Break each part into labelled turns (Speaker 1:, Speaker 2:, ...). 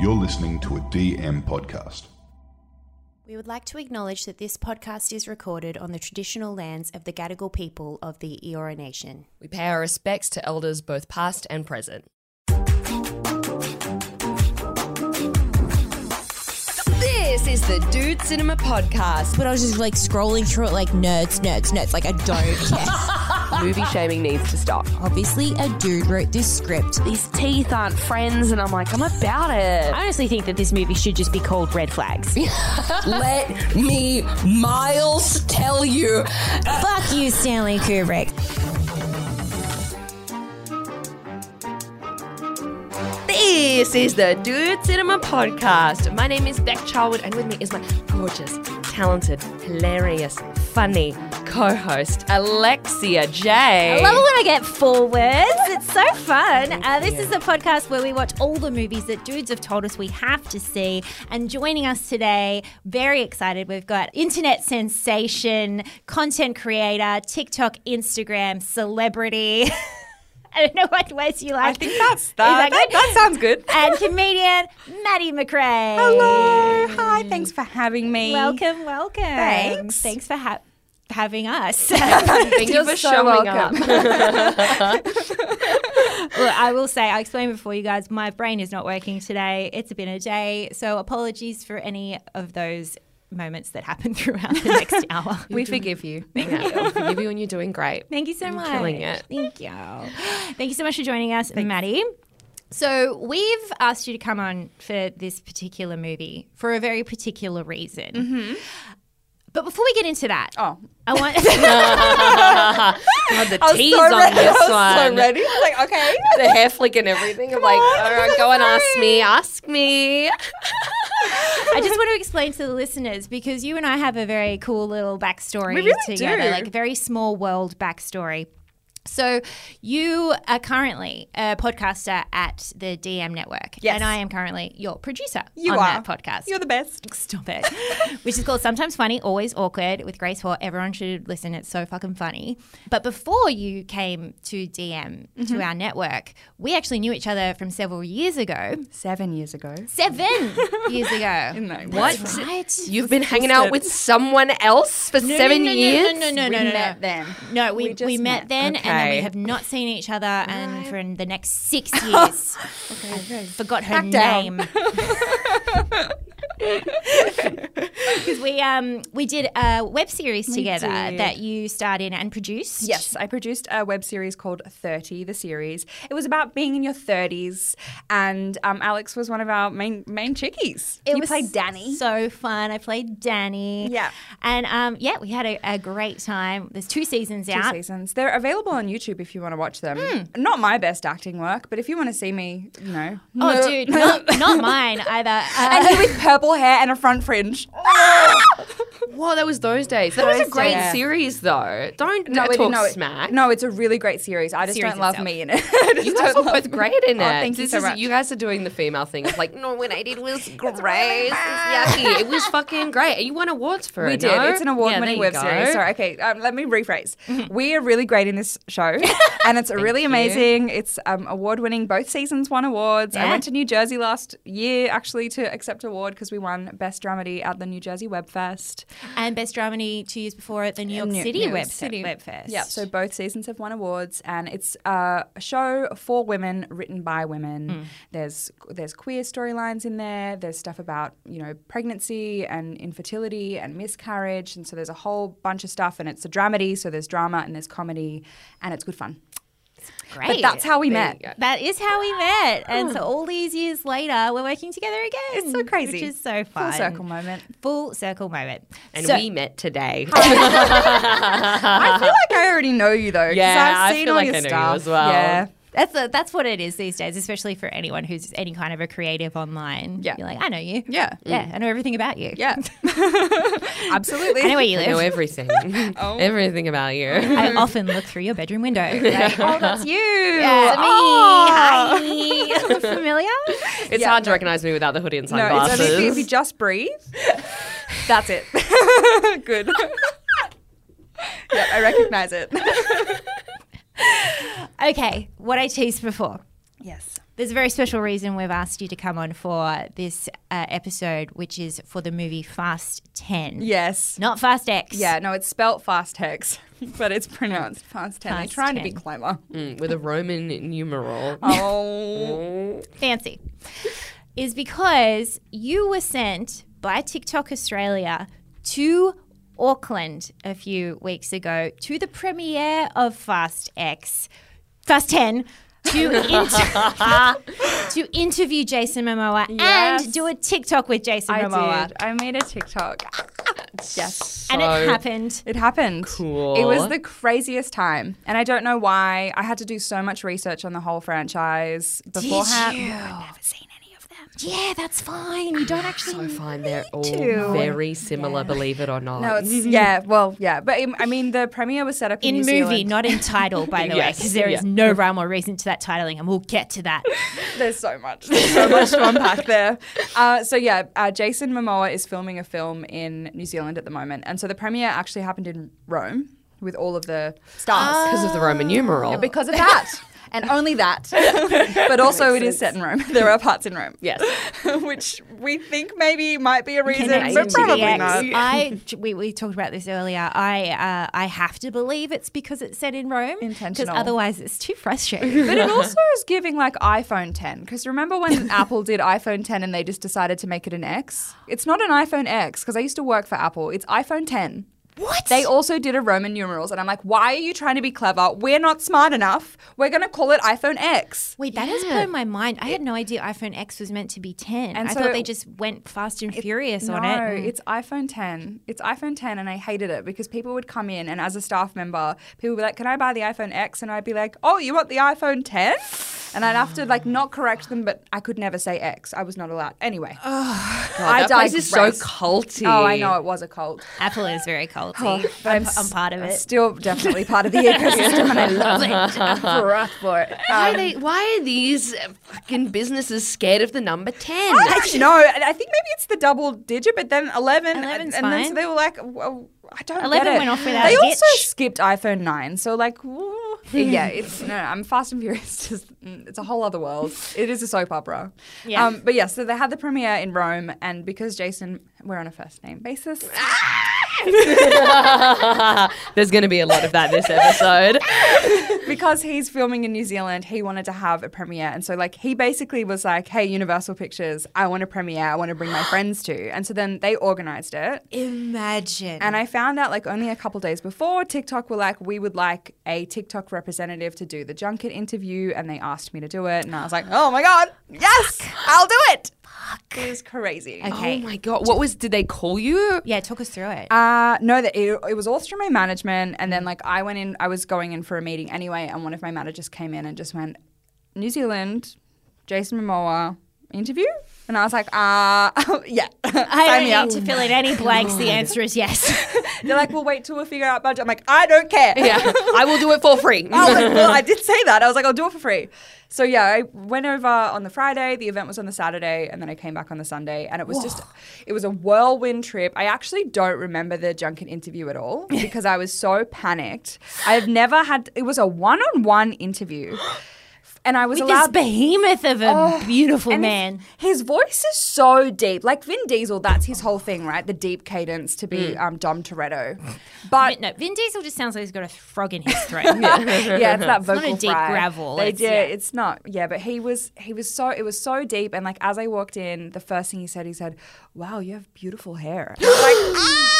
Speaker 1: You're listening to a DM podcast.
Speaker 2: We would like to acknowledge that this podcast is recorded on the traditional lands of the Gadigal people of the Eora Nation.
Speaker 3: We pay our respects to elders both past and present. This is the Dude Cinema Podcast.
Speaker 4: but I was just like scrolling through it, like nerds, nerds, nerds. Like I don't care.
Speaker 5: Movie shaming needs to stop.
Speaker 4: Obviously, a dude wrote this script.
Speaker 5: These teeth aren't friends, and I'm like, I'm about it.
Speaker 6: I honestly think that this movie should just be called Red Flags.
Speaker 7: Let me, Miles, tell you.
Speaker 4: Fuck you, Stanley Kubrick.
Speaker 3: This is the Dude Cinema Podcast. My name is Beck Charwood, and with me is my gorgeous, talented, hilarious, funny co host, Alexia J.
Speaker 6: I love it when I get four words. It's so fun. Uh, this is a podcast where we watch all the movies that dudes have told us we have to see. And joining us today, very excited, we've got internet sensation, content creator, TikTok, Instagram celebrity. I don't know what words you like.
Speaker 3: I think that's that.
Speaker 6: Is that
Speaker 3: That,
Speaker 6: good?
Speaker 3: that sounds good.
Speaker 6: and comedian Maddie McRae.
Speaker 8: Hello. Hi. Thanks for having me.
Speaker 6: Welcome, welcome.
Speaker 8: Thanks.
Speaker 6: Thanks for ha- having us.
Speaker 3: Thank you
Speaker 5: You're
Speaker 3: for
Speaker 5: so
Speaker 3: showing
Speaker 5: welcome.
Speaker 3: up.
Speaker 6: Look, I will say, I explained before you guys, my brain is not working today. It's been a day. So apologies for any of those moments that happen throughout the next hour.
Speaker 3: We forgive you. Thank you. We forgive you, and you're doing great.
Speaker 6: Thank you so much.
Speaker 3: killing it.
Speaker 6: Thank you. Thank you so much for joining us, Maddie. So we've asked you to come on for this particular movie for a very particular reason.
Speaker 3: Mm-hmm.
Speaker 6: But before we get into that,
Speaker 8: Oh.
Speaker 6: I want
Speaker 3: God, the
Speaker 8: I was
Speaker 3: tease
Speaker 8: so
Speaker 3: on
Speaker 8: ready.
Speaker 3: this
Speaker 8: I was
Speaker 3: one.
Speaker 8: so ready. Like, okay.
Speaker 3: the hair flick and everything. I'm like, all right, go and ask me, ask me.
Speaker 6: I just want to explain to the listeners because you and I have a very cool little backstory
Speaker 8: We really
Speaker 6: together,
Speaker 8: do.
Speaker 6: like very small world backstory. So you are currently a podcaster at the DM Network,
Speaker 8: Yes.
Speaker 6: and I am currently your producer
Speaker 8: You
Speaker 6: on
Speaker 8: are.
Speaker 6: that podcast.
Speaker 8: You're the best.
Speaker 6: Stop it. Which is called Sometimes Funny, Always Awkward with Grace Hoare. Everyone should listen. It's so fucking funny. But before you came to DM,
Speaker 8: Mm-hmm.
Speaker 6: to our network, we actually knew each other from several years ago.
Speaker 8: Seven years ago.
Speaker 6: Seven years ago.
Speaker 3: What?
Speaker 6: Right?
Speaker 3: You've been hanging out with someone else for seven
Speaker 6: no, no,
Speaker 3: years?
Speaker 6: No, no, no, no,
Speaker 8: we
Speaker 6: no.
Speaker 8: met then.
Speaker 6: No, we, we,
Speaker 8: just
Speaker 6: met,
Speaker 8: met.
Speaker 6: then, and then we
Speaker 3: Okay.
Speaker 6: have not seen each other, and for the next six years, I forgot her
Speaker 8: down.
Speaker 6: name. Because we um we did a web series together
Speaker 8: did.
Speaker 6: that you starred in and produced.
Speaker 8: Yes, I produced a web series called 30, the series. It was about being in your 30s, and um, Alex was one of our main main chickies.
Speaker 6: It
Speaker 8: you
Speaker 6: was
Speaker 8: played Danny.
Speaker 6: So fun. I played Danny.
Speaker 8: Yeah.
Speaker 6: And um yeah, we had a, a great time. There's two seasons
Speaker 8: Two
Speaker 6: out.
Speaker 8: seasons. They're available on YouTube if you want to watch them. Not my best acting work, but if you want to see me, you know.
Speaker 6: Oh, dude, not, not mine either. Uh,
Speaker 8: and me with purple hair and a front fringe.
Speaker 3: Whoa, that was those days. That was a great
Speaker 8: days.
Speaker 3: series, though. Don't
Speaker 8: No,
Speaker 3: uh,
Speaker 8: we
Speaker 3: talk
Speaker 8: didn't know it-
Speaker 3: smack.
Speaker 8: No, it's a really great series. I just
Speaker 6: Series
Speaker 8: don't love
Speaker 6: itself.
Speaker 8: me in it. I just
Speaker 3: You guys were
Speaker 8: don't love
Speaker 3: both
Speaker 8: me.
Speaker 3: great in it.
Speaker 8: Oh, thank you
Speaker 3: This
Speaker 8: so
Speaker 3: is-
Speaker 8: much.
Speaker 3: You guys are doing the female thing. It's like, no, what I did was great. It's yucky. It was fucking great. And You won awards for
Speaker 8: We
Speaker 3: it.
Speaker 8: did.
Speaker 3: no?
Speaker 8: It's an award-winning
Speaker 3: Yeah,
Speaker 8: web
Speaker 3: there you
Speaker 8: series.
Speaker 3: go. Mhm.
Speaker 8: Sorry. Okay. Um, let me rephrase. We are really great in this show, and it's really amazing. It's um, award-winning. Both seasons won awards. I
Speaker 6: Yeah.
Speaker 8: went to New Jersey last year actually to accept award because we won best dramedy at the New Jersey Web Fest.
Speaker 6: and Best Dramedy two years before at the New York
Speaker 8: New-
Speaker 6: City,
Speaker 8: New
Speaker 6: web,
Speaker 8: York
Speaker 6: City web Fest.
Speaker 8: Yeah. So both seasons have won awards, and it's uh, a show for women, written by women.
Speaker 3: Hmm.
Speaker 8: There's there's queer storylines in there. There's stuff about you know pregnancy and infertility and miscarriage, and so there's a whole bunch of stuff. And it's a dramedy, so there's drama and there's comedy, and it's good fun.
Speaker 6: great.
Speaker 8: But that's how we met.
Speaker 3: go.
Speaker 6: That is how we met. And so all these years later, we're working together again.
Speaker 8: It's so crazy.
Speaker 6: Which is so fun.
Speaker 8: Full circle moment.
Speaker 6: Full circle moment.
Speaker 3: And
Speaker 6: So-
Speaker 3: we met today.
Speaker 8: I feel like I already know you though.
Speaker 3: Uh-huh.
Speaker 8: 'cause
Speaker 3: Yeah, I
Speaker 8: I've seen
Speaker 3: feel
Speaker 8: all
Speaker 3: like
Speaker 8: your
Speaker 3: I know you
Speaker 8: stuff.
Speaker 3: as well.
Speaker 8: Yeah.
Speaker 6: That's, that's what it is these days, especially for anyone who's any kind of a creative online.
Speaker 8: Yeah.
Speaker 6: You're like, I know you.
Speaker 8: Yeah.
Speaker 6: Yeah. I know everything about you.
Speaker 8: Yeah. Absolutely.
Speaker 6: I know where you
Speaker 3: I know
Speaker 6: live.
Speaker 3: everything.
Speaker 8: Oh.
Speaker 3: Everything about you.
Speaker 6: I often look through your bedroom window. Like, oh, that's you.
Speaker 8: Yeah. Oh.
Speaker 6: That's me. Hi. Look familiar?
Speaker 3: It's hard to recognize me without the hoodie and
Speaker 8: No,
Speaker 3: sunglasses.
Speaker 8: it's only if you- if you just breathe. That's it. Good. yeah, I recognize it.
Speaker 6: Okay, what I teased before.
Speaker 8: Yes.
Speaker 6: There's a very special reason we've asked you to come on for this uh, episode, which is for the movie Fast 10.
Speaker 8: Yes.
Speaker 6: Not Fast X.
Speaker 8: Yeah, no, it's spelt fast hex, but it's pronounced fast ten. They're
Speaker 6: Fast
Speaker 8: trying to be
Speaker 6: 10.
Speaker 8: clever.
Speaker 3: Mm, with a Roman numeral.
Speaker 8: Oh.
Speaker 6: Fancy. Is because you were sent by TikTok Australia to Auckland a few weeks ago to the premiere of Fast X, Fast 10. To, inter- to interview Jason Momoa
Speaker 8: Yes.
Speaker 6: and do a TikTok with Jason
Speaker 8: I
Speaker 6: Momoa.
Speaker 8: did. I made a TikTok.
Speaker 3: yes.
Speaker 6: And it happened.
Speaker 8: It happened.
Speaker 3: Cool.
Speaker 8: It was the craziest time. And I don't know why. I had to do so much research on the whole franchise beforehand.
Speaker 6: Yeah, that's fine. You don't actually.
Speaker 3: So fine. They're all very similar, believe it or not.
Speaker 8: No, it's yeah, well, yeah, but um, I mean, the premiere was set up in,
Speaker 6: in
Speaker 8: New
Speaker 6: movie,
Speaker 8: Zealand.
Speaker 6: not in title, by the way, 'cause way,
Speaker 3: Yes,
Speaker 6: because there is
Speaker 3: yeah.
Speaker 6: no rhyme or reason to that titling, and we'll get to that.
Speaker 8: There's so much. There's so much to unpack there. Uh, so yeah, uh, Jason Momoa is filming a film in New Zealand at the moment, and so the premiere actually happened in Rome with all of the stars
Speaker 3: because of the Roman numeral.
Speaker 8: because of that. And only that. but also, it is set in Rome. There are parts in Rome.
Speaker 3: Yes.
Speaker 8: Which we think maybe might be a reason,
Speaker 6: Connected
Speaker 8: but
Speaker 6: to the
Speaker 8: probably
Speaker 6: X.
Speaker 8: not.
Speaker 6: I j- we, we talked about this earlier. I uh, I have to believe it's because it's set in Rome, because
Speaker 8: Intentional.
Speaker 6: otherwise it's too frustrating.
Speaker 8: But it also is giving like iPhone 10. Because remember when Apple did iPhone 10 and they just decided to make it an X? It's not an iPhone X because I used to work for Apple. It's iPhone 10. What? They also did a Roman numerals, and I'm like, why are you trying to be clever? We're not smart enough. We're going to call it iPhone X.
Speaker 6: Wait, that has blown my mind. I had no idea iPhone X was meant to be ten.
Speaker 8: And
Speaker 6: I
Speaker 8: so
Speaker 6: thought
Speaker 8: it-
Speaker 6: they just went fast and furious
Speaker 8: no,
Speaker 6: on it.
Speaker 8: it's iPhone 10. It's iPhone 10, and I hated it because people would come in, and as a staff member, people would be like, "Can I buy the iPhone X?" And I'd be like, "Oh, you want the iPhone 10?" And I'd have to like not correct them, but I could never say X. I was not allowed. Anyway, I
Speaker 3: that place is so
Speaker 8: digress.
Speaker 3: culty.
Speaker 8: Oh, I know it was a cult.
Speaker 6: Apple is very
Speaker 8: Oh,
Speaker 6: culty.
Speaker 8: But
Speaker 6: I'm,
Speaker 8: s-
Speaker 6: I'm part of it.
Speaker 8: Still, definitely part of the ecosystem, and I love it. I'm rough for it. Um,
Speaker 3: Why, are they, why are these uh, fucking businesses scared of the number 10?
Speaker 8: I no, I think maybe it's the double digit, but then eleven,
Speaker 6: 11's
Speaker 8: and, and then
Speaker 6: fine.
Speaker 8: so they were like, well, I don't.
Speaker 6: 11
Speaker 8: get it.
Speaker 6: went off without
Speaker 8: They
Speaker 6: a
Speaker 8: also
Speaker 6: hitch.
Speaker 8: skipped iPhone nine, so like, woo. yeah, it's no, I'm Fast and Furious. Just, mm, it's a whole other world. It is a soap opera.
Speaker 6: Yeah.
Speaker 8: Um, but yeah, so they had the premiere in Rome, and because Jason, we're on a first name basis.
Speaker 3: There's going to be a lot of that this episode.
Speaker 8: because he's filming in New Zealand, he wanted to have a premiere. And so, like, he basically was like, hey, Universal Pictures, I want a premiere. I want to bring my friends to. And so then they organized it.
Speaker 6: Imagine.
Speaker 8: And I found out, like, only a couple days before, TikTok were like, we would like a TikTok representative to do the junket interview. And they asked me to do it. And I was like, oh my God, yes, I'll do it. Fuck. It was crazy.
Speaker 6: okay.
Speaker 3: Oh my god, what was? Did they call you?
Speaker 6: yeah, talk us through it.
Speaker 8: Uh, no, that it, it was all through my management, and then like I went in, I was going in for a meeting anyway, and one of my managers came in and just went, New Zealand, Jason Momoa interview, and I was like, uh, yeah,
Speaker 6: I
Speaker 8: sign me
Speaker 6: don't
Speaker 8: up.
Speaker 6: need to fill in any blanks. The answer is yes.
Speaker 8: They're like, we'll wait till we figure out budget. I'm like, I don't care.
Speaker 3: Yeah, I will do it for free.
Speaker 8: I was like, well, I did say that. I was like, I'll do it for free. So yeah, I went over on the Friday. The event was on the Saturday, and then I came back on the Sunday, and it was just, it was a whirlwind trip. I actually don't remember the junket interview at all because I was so panicked. I've never had. It was a one-on-one interview, and I was
Speaker 6: With this
Speaker 8: allowed.
Speaker 6: behemoth of a beautiful
Speaker 8: and
Speaker 6: man.
Speaker 8: His, his voice is so deep. Like Vin Diesel, that's his whole thing, right? The deep cadence to be
Speaker 6: Mm.
Speaker 8: um, Dom Toretto. But
Speaker 6: Vin- no, Vin Diesel just sounds like he's got a frog in his throat.
Speaker 8: yeah, it's that
Speaker 6: not
Speaker 8: vocal
Speaker 6: a deep
Speaker 8: fry.
Speaker 6: gravel,
Speaker 8: They
Speaker 6: it's-
Speaker 8: did.
Speaker 6: yeah.
Speaker 8: It's not. Yeah, but he was. He was so. It was so deep. And like as I walked in, the first thing he said, he said, "Wow, you have beautiful hair." And I was like, ah!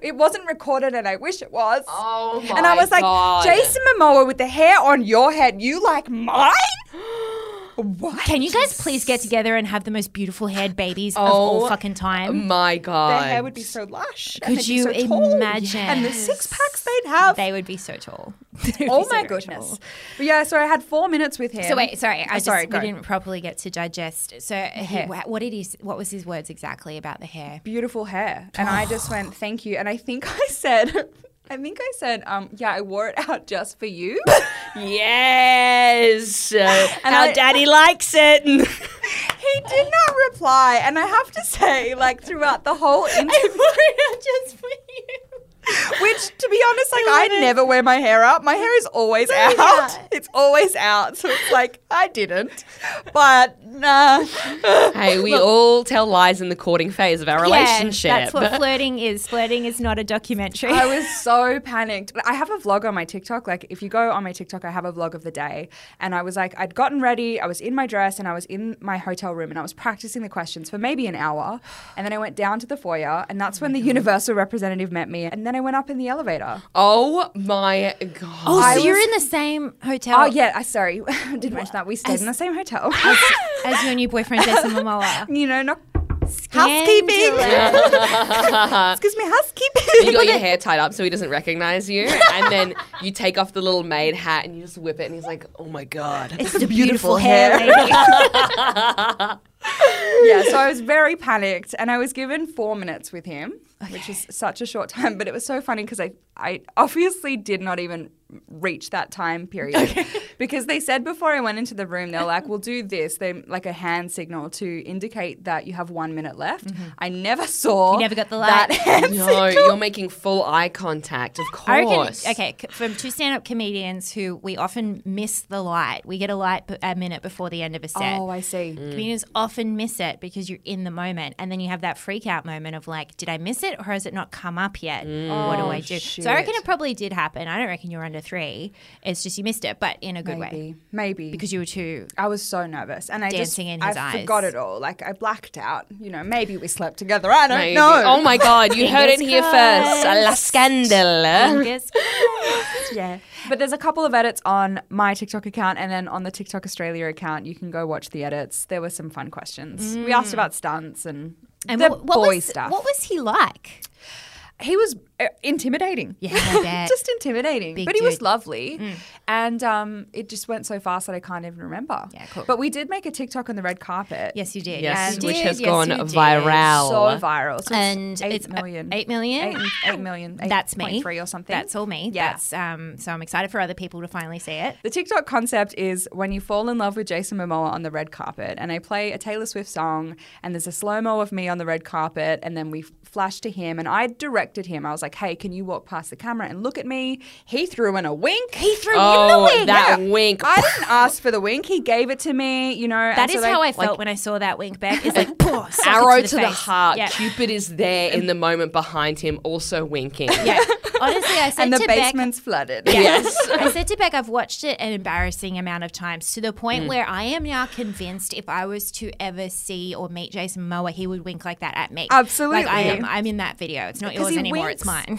Speaker 8: It wasn't recorded, and I wish it was.
Speaker 3: Oh
Speaker 8: And I
Speaker 3: my
Speaker 8: was like,
Speaker 3: God.
Speaker 8: Jason Momoa with the hair on your head, you like mine? What?
Speaker 6: Can you guys please get together and have the most beautiful haired babies of all
Speaker 3: Oh,
Speaker 6: fucking time?
Speaker 3: My
Speaker 8: Their
Speaker 3: god.
Speaker 8: hair would be so lush. and
Speaker 6: Could
Speaker 8: they'd be
Speaker 6: you
Speaker 8: so tall,
Speaker 6: imagine?
Speaker 8: And the six packs they'd have.
Speaker 6: They would be so tall. They would be
Speaker 8: oh
Speaker 6: so
Speaker 8: my
Speaker 6: very
Speaker 8: goodness.
Speaker 6: tall.
Speaker 8: But yeah, so I had four minutes with him.
Speaker 6: So wait, sorry, I
Speaker 8: Oh,
Speaker 6: just
Speaker 8: sorry,
Speaker 6: we
Speaker 8: go.
Speaker 6: didn't properly get to digest. So uh, he,
Speaker 8: Hair.
Speaker 6: wha- what did he? s- What was his words exactly about the hair?
Speaker 8: beautiful hair. And I just went, thank you. And I think I said, I think I said, um, yeah, I wore it out just for you.
Speaker 3: Yes.
Speaker 8: And
Speaker 3: Our
Speaker 8: I-
Speaker 3: daddy likes it.
Speaker 8: he did not reply. And I have to say, like, throughout the whole interview,
Speaker 6: Just for you.
Speaker 8: which, to be honest, like, I never wear my hair up. My hair is always out. It it's always out. So it's like, I didn't. But nah.
Speaker 3: Hey, we all tell lies in the courting phase of our relationship.
Speaker 6: Yeah, that's what flirting is. Flirting is not a documentary.
Speaker 8: I was so panicked. I have a vlog on my TikTok. Like, if you go on my TikTok, I have a vlog of the day. And I was like, I'd gotten ready, I was in my dress, and I was in my hotel room, and I was practicing the questions for maybe an hour. And then I went down to the foyer, and that's when the Universal representative met me. And then I went up in the elevator.
Speaker 3: oh my god.
Speaker 6: oh, so
Speaker 8: I
Speaker 6: you're
Speaker 8: was-
Speaker 6: in the same hotel
Speaker 8: Oh, yeah. I sorry, didn't mention that. We stayed in the same hotel.
Speaker 6: as your new boyfriend Jason Momoa.
Speaker 8: you know, not housekeeping. Excuse me,
Speaker 3: You
Speaker 8: housekeeping.
Speaker 3: got your hair tied up so he doesn't recognize you, and then you take off the little maid hat and you just whip it, and he's like, "Oh my god!"
Speaker 6: It's the beautiful hair. lady.
Speaker 8: yeah, so I was very panicked and I was given four minutes with him, which is such a short time, but it was so funny because I, I obviously did not even reach that time period because they said before I went into the room, they're like, we'll do this, they like a hand signal to indicate that you have one minute left. I never saw. You
Speaker 6: Mm-hmm. never got the
Speaker 8: That
Speaker 6: light.
Speaker 8: hand
Speaker 3: No,
Speaker 8: signal.
Speaker 3: you're making full eye contact. Of
Speaker 6: I reckon,
Speaker 3: course.
Speaker 6: okay, c- from two stand-up comedians who we often miss the light. We get a light b- a minute before the end of a set.
Speaker 8: Oh, I see.
Speaker 6: Comedians often miss it because you're in the moment, and then you have that freak out moment of like, did I miss it or has it not come up yet?
Speaker 8: Mm.
Speaker 6: what
Speaker 8: Oh,
Speaker 6: do I do? So I reckon it probably did happen. I don't reckon you're under three. It's just you missed it, but in a good way
Speaker 8: Maybe. Maybe.
Speaker 6: because you were too.
Speaker 8: I was so nervous, and I
Speaker 6: Dancing in
Speaker 8: just
Speaker 6: his
Speaker 8: I
Speaker 6: eyes.
Speaker 8: forgot it all. Like I blacked out. You know, maybe we slept together. I don't
Speaker 3: Maybe.
Speaker 8: know.
Speaker 3: Oh my god, you heard it here first. La scandal.
Speaker 6: Fingers
Speaker 8: yeah. But there's a couple of edits on my TikTok account, and then on the TikTok Australia account, you can go watch the edits. There were some fun questions. We asked about stunts and,
Speaker 6: And
Speaker 8: the
Speaker 6: what, what
Speaker 8: boy
Speaker 6: was,
Speaker 8: stuff.
Speaker 6: What was he like?
Speaker 8: he was uh, intimidating.
Speaker 6: Yeah, I bet.
Speaker 8: just intimidating.
Speaker 6: Big
Speaker 8: but he was
Speaker 6: dude. Mm.
Speaker 8: lovely, and um, it just went so fast that I can't even remember.
Speaker 6: Yeah, cool.
Speaker 8: But we did make a TikTok on the red carpet.
Speaker 6: Yes, you did.
Speaker 3: Yes,
Speaker 6: And-
Speaker 3: which
Speaker 6: Did,
Speaker 3: has
Speaker 6: yes,
Speaker 3: gone
Speaker 6: you did.
Speaker 3: viral.
Speaker 8: so viral. So
Speaker 6: And
Speaker 8: it's, eight
Speaker 6: it's, uh,
Speaker 8: million.
Speaker 6: eight million?
Speaker 8: Eight, eight million.
Speaker 6: That's me.
Speaker 8: 8.3 or something.
Speaker 6: That's all me.
Speaker 8: Yeah.
Speaker 6: That's um. So I'm excited for other people to finally see it.
Speaker 8: The TikTok concept is when you fall in love with Jason Momoa on the red carpet, and I play a Taylor Swift song, and there's a slow mo of me on the red carpet, and then we f- flash to him, and I directed him. I was like, "Hey, can you walk past the camera and look at me?" He threw in a wink. He threw
Speaker 3: Oh, that wink.
Speaker 8: I didn't ask for the wink. He gave it to me. You know,
Speaker 6: That is how I felt when I saw that wink back. It's like, poor
Speaker 3: Arrow to the heart.
Speaker 6: Yeah.
Speaker 3: Cupid is there in the moment behind him, also winking.
Speaker 6: yeah. Honestly, I said
Speaker 8: and the
Speaker 6: to Beck,
Speaker 8: basement's flooded.
Speaker 3: Yes.
Speaker 6: I said to Beck, I've watched it an embarrassing amount of times to the
Speaker 8: Mm.
Speaker 6: point where I am now convinced if I was to ever see or meet Jason Momoa, he would wink like that at me.
Speaker 8: Absolutely.
Speaker 6: Like I am, I'm in that video. It's not
Speaker 8: 'Cause
Speaker 6: yours
Speaker 8: he
Speaker 6: anymore.
Speaker 8: winks.
Speaker 6: It's mine.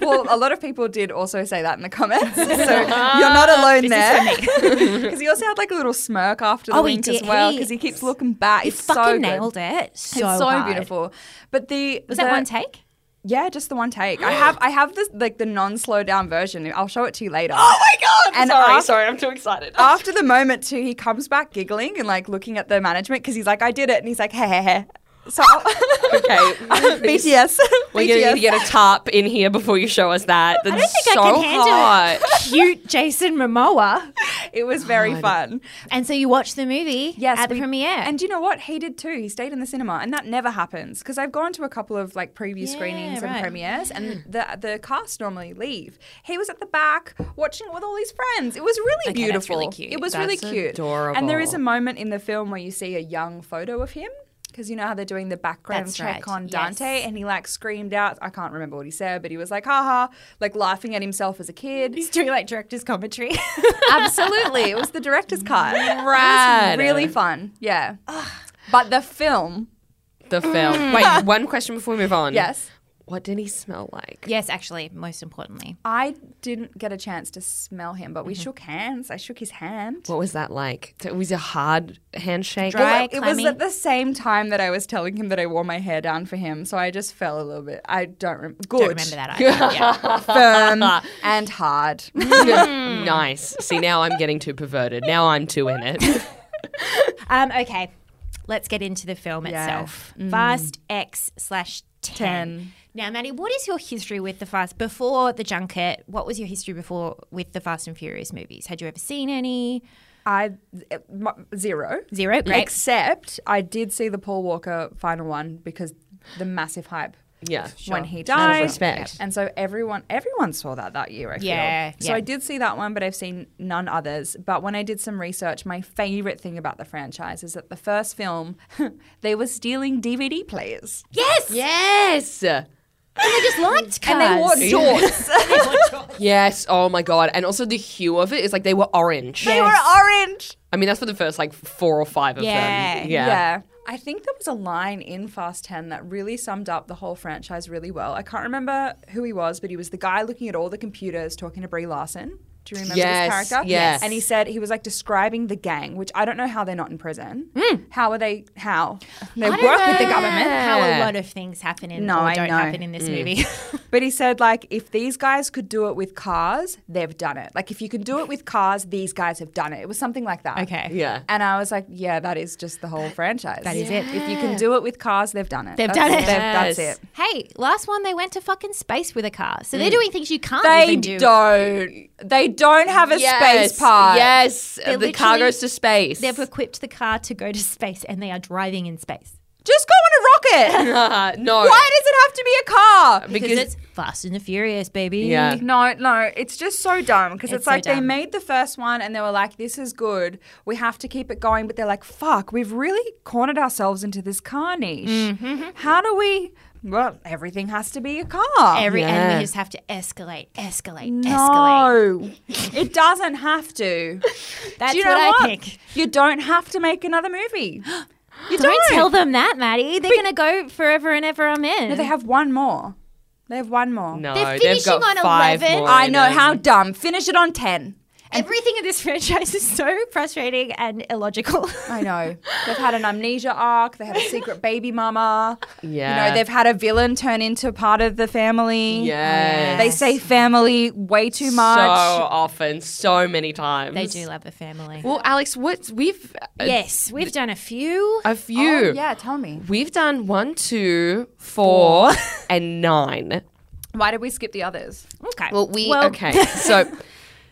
Speaker 8: well, a lot of people did also say that in the comments, so you're not
Speaker 6: Ah,
Speaker 8: alone there. Because he also had like a little smirk after the
Speaker 6: Oh, he
Speaker 8: wink as
Speaker 6: did.
Speaker 8: well,
Speaker 6: He-
Speaker 8: because he keeps looking back.
Speaker 6: He
Speaker 8: it's
Speaker 6: fucking
Speaker 8: so good.
Speaker 6: nailed it.
Speaker 8: It's
Speaker 6: So,
Speaker 8: so,
Speaker 6: hard.
Speaker 8: beautiful. But the
Speaker 6: Was that
Speaker 8: the-
Speaker 6: one take?
Speaker 8: Yeah, just the one take. I have I have this like the non slow down version. I'll show it to you later. Oh my god! And
Speaker 3: sorry,
Speaker 8: after,
Speaker 3: sorry, I'm too excited.
Speaker 8: after the moment too, he comes back giggling and like looking at the management because he's like, I did it, and he's like, hey, hey, hey. So
Speaker 3: Okay.
Speaker 8: BTS.
Speaker 3: We're gonna need to get a tarp in here before you show us that. That's
Speaker 6: think I
Speaker 3: so
Speaker 6: can handle
Speaker 3: hot.
Speaker 6: it. Cute Jason Momoa.
Speaker 8: It was very fun.
Speaker 6: And so you watched the movie
Speaker 8: Yes,
Speaker 6: at the
Speaker 8: we-
Speaker 6: premiere.
Speaker 8: And do you know what? He did too. He stayed in the cinema, and that never happens because I've gone to a couple of like preview screenings and
Speaker 6: right. Mm.
Speaker 8: premieres, and the the cast normally leave. He was at the back watching it with all his friends. It was really
Speaker 6: Okay, that's
Speaker 8: beautiful.
Speaker 6: really cute.
Speaker 8: It was
Speaker 3: That's
Speaker 8: really cute. And there is a
Speaker 3: adorable.
Speaker 8: moment in the film where you see a young photo of him. Because you know how they're doing the background
Speaker 6: That's
Speaker 8: check
Speaker 6: right,
Speaker 8: on
Speaker 6: yes.
Speaker 8: Dante, and he like screamed out. I can't remember what he said, but he was like, haha, like laughing at himself as a kid.
Speaker 6: he's doing like director's commentary.
Speaker 8: Absolutely. It was the director's cut.
Speaker 3: Rad.
Speaker 8: Really fun. Yeah. But the film.
Speaker 3: the
Speaker 6: Mm.
Speaker 3: film. Wait, one question before we move on.
Speaker 8: Yes.
Speaker 3: What did he smell like?
Speaker 6: yes, actually, most importantly.
Speaker 8: I didn't get a chance to smell him, but we shook hands. I shook his hand.
Speaker 3: What was that like? It was a hard handshake.
Speaker 6: Dry-
Speaker 8: Well, it was
Speaker 6: clammy?
Speaker 8: at the same time that I was telling him that I wore my hair down for him, so I just fell a little bit. I don't rem- good,
Speaker 6: Don't remember that either. yeah.
Speaker 8: firm and hard.
Speaker 3: nice. See, now I'm getting too perverted. Now I'm too in it.
Speaker 6: Um, okay, let's get into the film itself.
Speaker 8: Mm.
Speaker 6: Fast X slash 10. Now, Maddie, what is your history with the Fast? Before the junket, what was your history before with the Fast and Furious movies? Had you ever seen any?
Speaker 8: I m- zero.
Speaker 6: Zero? Great.
Speaker 8: Except I did see the Paul Walker final one because the massive hype.
Speaker 3: Yeah.
Speaker 8: when he died.
Speaker 3: respect.
Speaker 8: And so everyone everyone saw that that year, I feel.
Speaker 6: Yeah,
Speaker 8: So
Speaker 6: yeah.
Speaker 8: I did see that one, but I've seen none others. But when I did some research, my favorite thing about the franchise is that the first film, they were stealing DVD players.
Speaker 3: Yes.
Speaker 6: just liked cars.
Speaker 8: And they wore shorts.
Speaker 3: Yes. Oh my god. And also the hue of it is like they were orange.
Speaker 8: they were orange.
Speaker 3: I mean, that's for the first like four or five of
Speaker 6: Yeah.
Speaker 3: them.
Speaker 8: Yeah. I think there was a line in Fast 10 that really summed up the whole franchise really well. I can't remember who he was, but he was the guy looking at all the computers talking to Brie Larson. Do you remember
Speaker 3: Yes,
Speaker 8: this character?
Speaker 3: yes.
Speaker 8: And he said he was like describing the gang, which I don't know how they're not in prison.
Speaker 3: Hmm.
Speaker 8: How are they? How? They work with the government.
Speaker 6: How a lot of things happen in
Speaker 8: No,
Speaker 6: or
Speaker 8: I
Speaker 6: don't
Speaker 8: know. Mm.
Speaker 6: happen in this movie.
Speaker 8: But he said, like, if these guys could do it with cars, they've done it. Like, if you can do it with cars, these guys have done it. It was something like that.
Speaker 6: Okay.
Speaker 3: Yeah.
Speaker 8: And I was like, yeah, that is just the whole franchise. That
Speaker 6: is it.
Speaker 8: If you can do it with cars, they've done it.
Speaker 6: They've done it.
Speaker 8: That's
Speaker 3: Yes.
Speaker 8: it.
Speaker 6: hey, last one they went to fucking space with a car, so
Speaker 3: Mm.
Speaker 6: they're doing things you can't
Speaker 8: They
Speaker 6: even do.
Speaker 8: don't. They don't have a
Speaker 3: Yes,
Speaker 8: space part.
Speaker 3: Yes. the car
Speaker 6: literally-
Speaker 3: goes to space.
Speaker 6: They've equipped the car to go to space, and they are driving in space
Speaker 8: Just go on a rocket.
Speaker 3: Uh, no.
Speaker 8: Why does it have to be a car?
Speaker 6: because, it's Fast and the Furious, baby.
Speaker 3: Yeah.
Speaker 8: No, no, it's just so dumb because it's,
Speaker 6: It's so
Speaker 8: like they
Speaker 6: dumb.
Speaker 8: made the first one and they were like, this is good. We have to keep it going. But they're like, fuck, we've really cornered ourselves into this car niche. How do we? Well, everything has to be a car.
Speaker 6: Every and
Speaker 3: Yeah.
Speaker 6: we just have to escalate, escalate, escalate.
Speaker 8: no, it doesn't have to.
Speaker 6: That's
Speaker 8: Do you
Speaker 6: what
Speaker 8: know
Speaker 6: I
Speaker 8: what?
Speaker 6: think.
Speaker 8: You don't have to make another movie. You
Speaker 6: Don't tell them that, Maddie. They're gonna go forever and ever. Amen.
Speaker 8: No, they have one more. They have one more.
Speaker 3: No.
Speaker 6: They're
Speaker 3: they've
Speaker 6: finishing
Speaker 3: got
Speaker 6: on
Speaker 3: five
Speaker 6: 11.
Speaker 3: more
Speaker 8: I
Speaker 3: in
Speaker 8: know
Speaker 3: them.
Speaker 8: how dumb. Finish it on ten.
Speaker 6: Everything in this franchise is so frustrating and illogical.
Speaker 8: I know. They've had an amnesia arc. They had a secret baby mama. You
Speaker 3: Yeah.
Speaker 8: know, they've had a villain turn into part of the family.
Speaker 3: Yes.
Speaker 8: They say family way too
Speaker 3: so
Speaker 8: much.
Speaker 3: often, so many times.
Speaker 6: they do love a family.
Speaker 3: Well, Alex, what we've uh,
Speaker 6: yes, we've done a few.
Speaker 3: a few.
Speaker 8: Oh, yeah, tell me.
Speaker 3: We've done one, two, four, and nine.
Speaker 8: Why did we skip the others?
Speaker 6: Okay.
Speaker 3: Well, we okay. So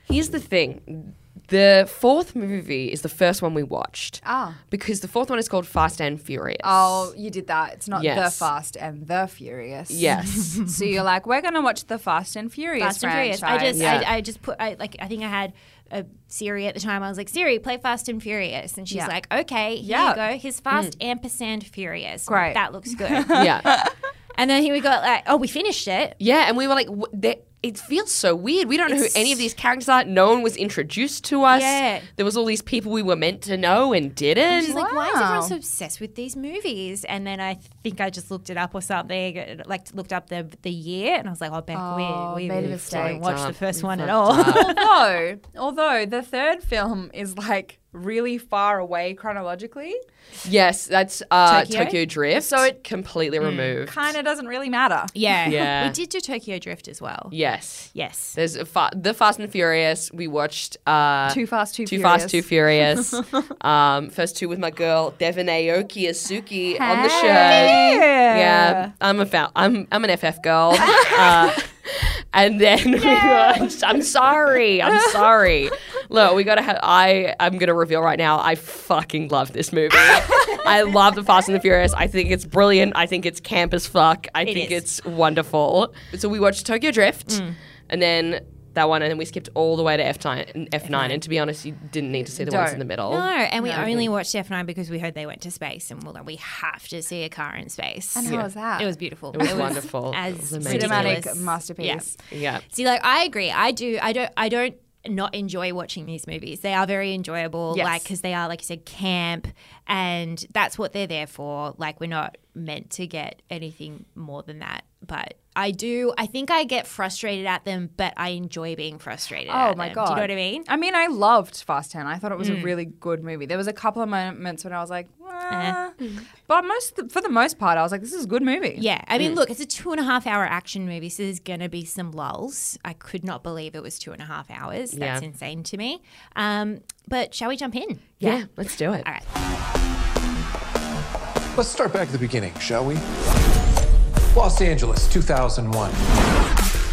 Speaker 3: here's the thing: the fourth movie is the first one we watched.
Speaker 8: Ah.
Speaker 3: because the fourth one is called Fast and Furious.
Speaker 8: Oh, you did that. It's not
Speaker 3: Yes.
Speaker 8: the Fast and the Furious.
Speaker 3: yes.
Speaker 8: so you're like, we're gonna watch the Fast and Furious.
Speaker 6: Fast and Furious. I
Speaker 8: franchise.
Speaker 6: just,
Speaker 3: Yeah.
Speaker 6: I, I just put, I like, I think I had a Siri at the time. I was like, Siri, play Fast and Furious, and she's
Speaker 8: Yeah.
Speaker 6: like, Okay, here
Speaker 8: Yeah.
Speaker 6: you go. Here's Fast ampersand Furious.
Speaker 8: Great.
Speaker 6: that looks good.
Speaker 3: yeah,
Speaker 6: and then here we got like, oh, we finished it.
Speaker 3: yeah, and we were like, wh- they- it feels so weird. We don't know who any of these characters are. No one was introduced to us.
Speaker 6: Yeah.
Speaker 3: There was all these people we were meant to know and didn't.
Speaker 6: She's like, why is everyone so obsessed with these movies? And then I think I just looked it up or something, like looked up the the year, and I was like, oh, Beck, we, we
Speaker 8: made
Speaker 6: we
Speaker 8: a mistake.
Speaker 6: didn't watch the
Speaker 3: Dumb.
Speaker 6: first one at
Speaker 3: fucked
Speaker 6: all.
Speaker 8: although, although the third film is like really far away chronologically,
Speaker 3: yes, that's uh,
Speaker 6: Tokyo?
Speaker 3: Tokyo? Drift. So it completely removed.
Speaker 8: kind of doesn't really matter.
Speaker 6: yeah.
Speaker 3: Yeah.
Speaker 6: we did do Tokyo Drift as well.
Speaker 3: Yes.
Speaker 6: Yes.
Speaker 3: There's a fa- the Fast and Furious. We watched uh,
Speaker 8: Too Fast, Too
Speaker 3: Too
Speaker 8: Furious.
Speaker 3: Fast, Too Furious. um, first two with my girl Devin Aoki Azuki on the show. Yeah, I'm a fa- I'm I'm an FF girl. uh, and then we watched. I'm sorry. I'm sorry. Look, we gotta. Ha- I I'm gonna reveal right now. I fucking love this movie. I love the Fast and the Furious. I think it's brilliant. I think it's camp as fuck. I think it's wonderful. So we watched Tokyo Drift,
Speaker 6: Mm.
Speaker 3: and then. That one, and then we skipped all the way to F9, F9. And to be honest, you didn't need to see the ones in the middle.
Speaker 6: No, and we only watched F9 because we heard they went to space, and well, then we have to see a car in space. And
Speaker 8: How was that?
Speaker 6: It was beautiful. It
Speaker 3: was wonderful. It
Speaker 6: As
Speaker 3: was amazing.
Speaker 6: ridiculous.
Speaker 8: Cinematic masterpiece.
Speaker 3: Yeah.
Speaker 6: See, like I agree. I do. I don't. I don't not enjoy watching these movies. They are very enjoyable,
Speaker 8: Yes.
Speaker 6: like because they are, like you said, camp, and that's what they're there for. Like we're not meant to get anything more than that. But I do. I think I get frustrated at them, but I enjoy being frustrated.
Speaker 8: Oh
Speaker 6: at
Speaker 8: my
Speaker 6: them.
Speaker 8: god!
Speaker 6: Do you know what I mean?
Speaker 8: I mean, I loved Fast Ten. I thought it was a really good movie. There was a couple of moments when I was like, "Wah." but most for the most part, I was like, this is a good movie.
Speaker 6: Yeah, I
Speaker 3: Mm.
Speaker 6: mean, look, it's a two and a half hour action movie, so there's going to be some lulls. I could not believe it was two and a half hours. That's
Speaker 3: Yeah.
Speaker 6: insane to me. Um, but shall we jump in?
Speaker 3: yeah. let's do it.
Speaker 6: All right.
Speaker 9: Let's start back at the beginning, shall we? Los Angeles, 2001.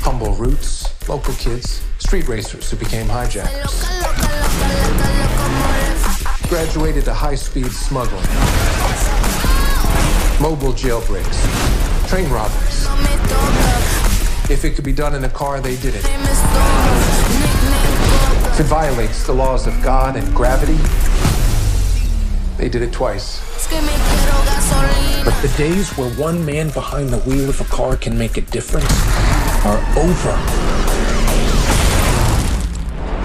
Speaker 9: Humble roots, local kids, street racers who became hijackers. Graduated to high speed smuggling, mobile jailbreaks, train robberies. If it could be done in a car, they did it. If it violates the laws of God and gravity, they did it twice. But the days where one man behind the wheel of a car can make a difference are over.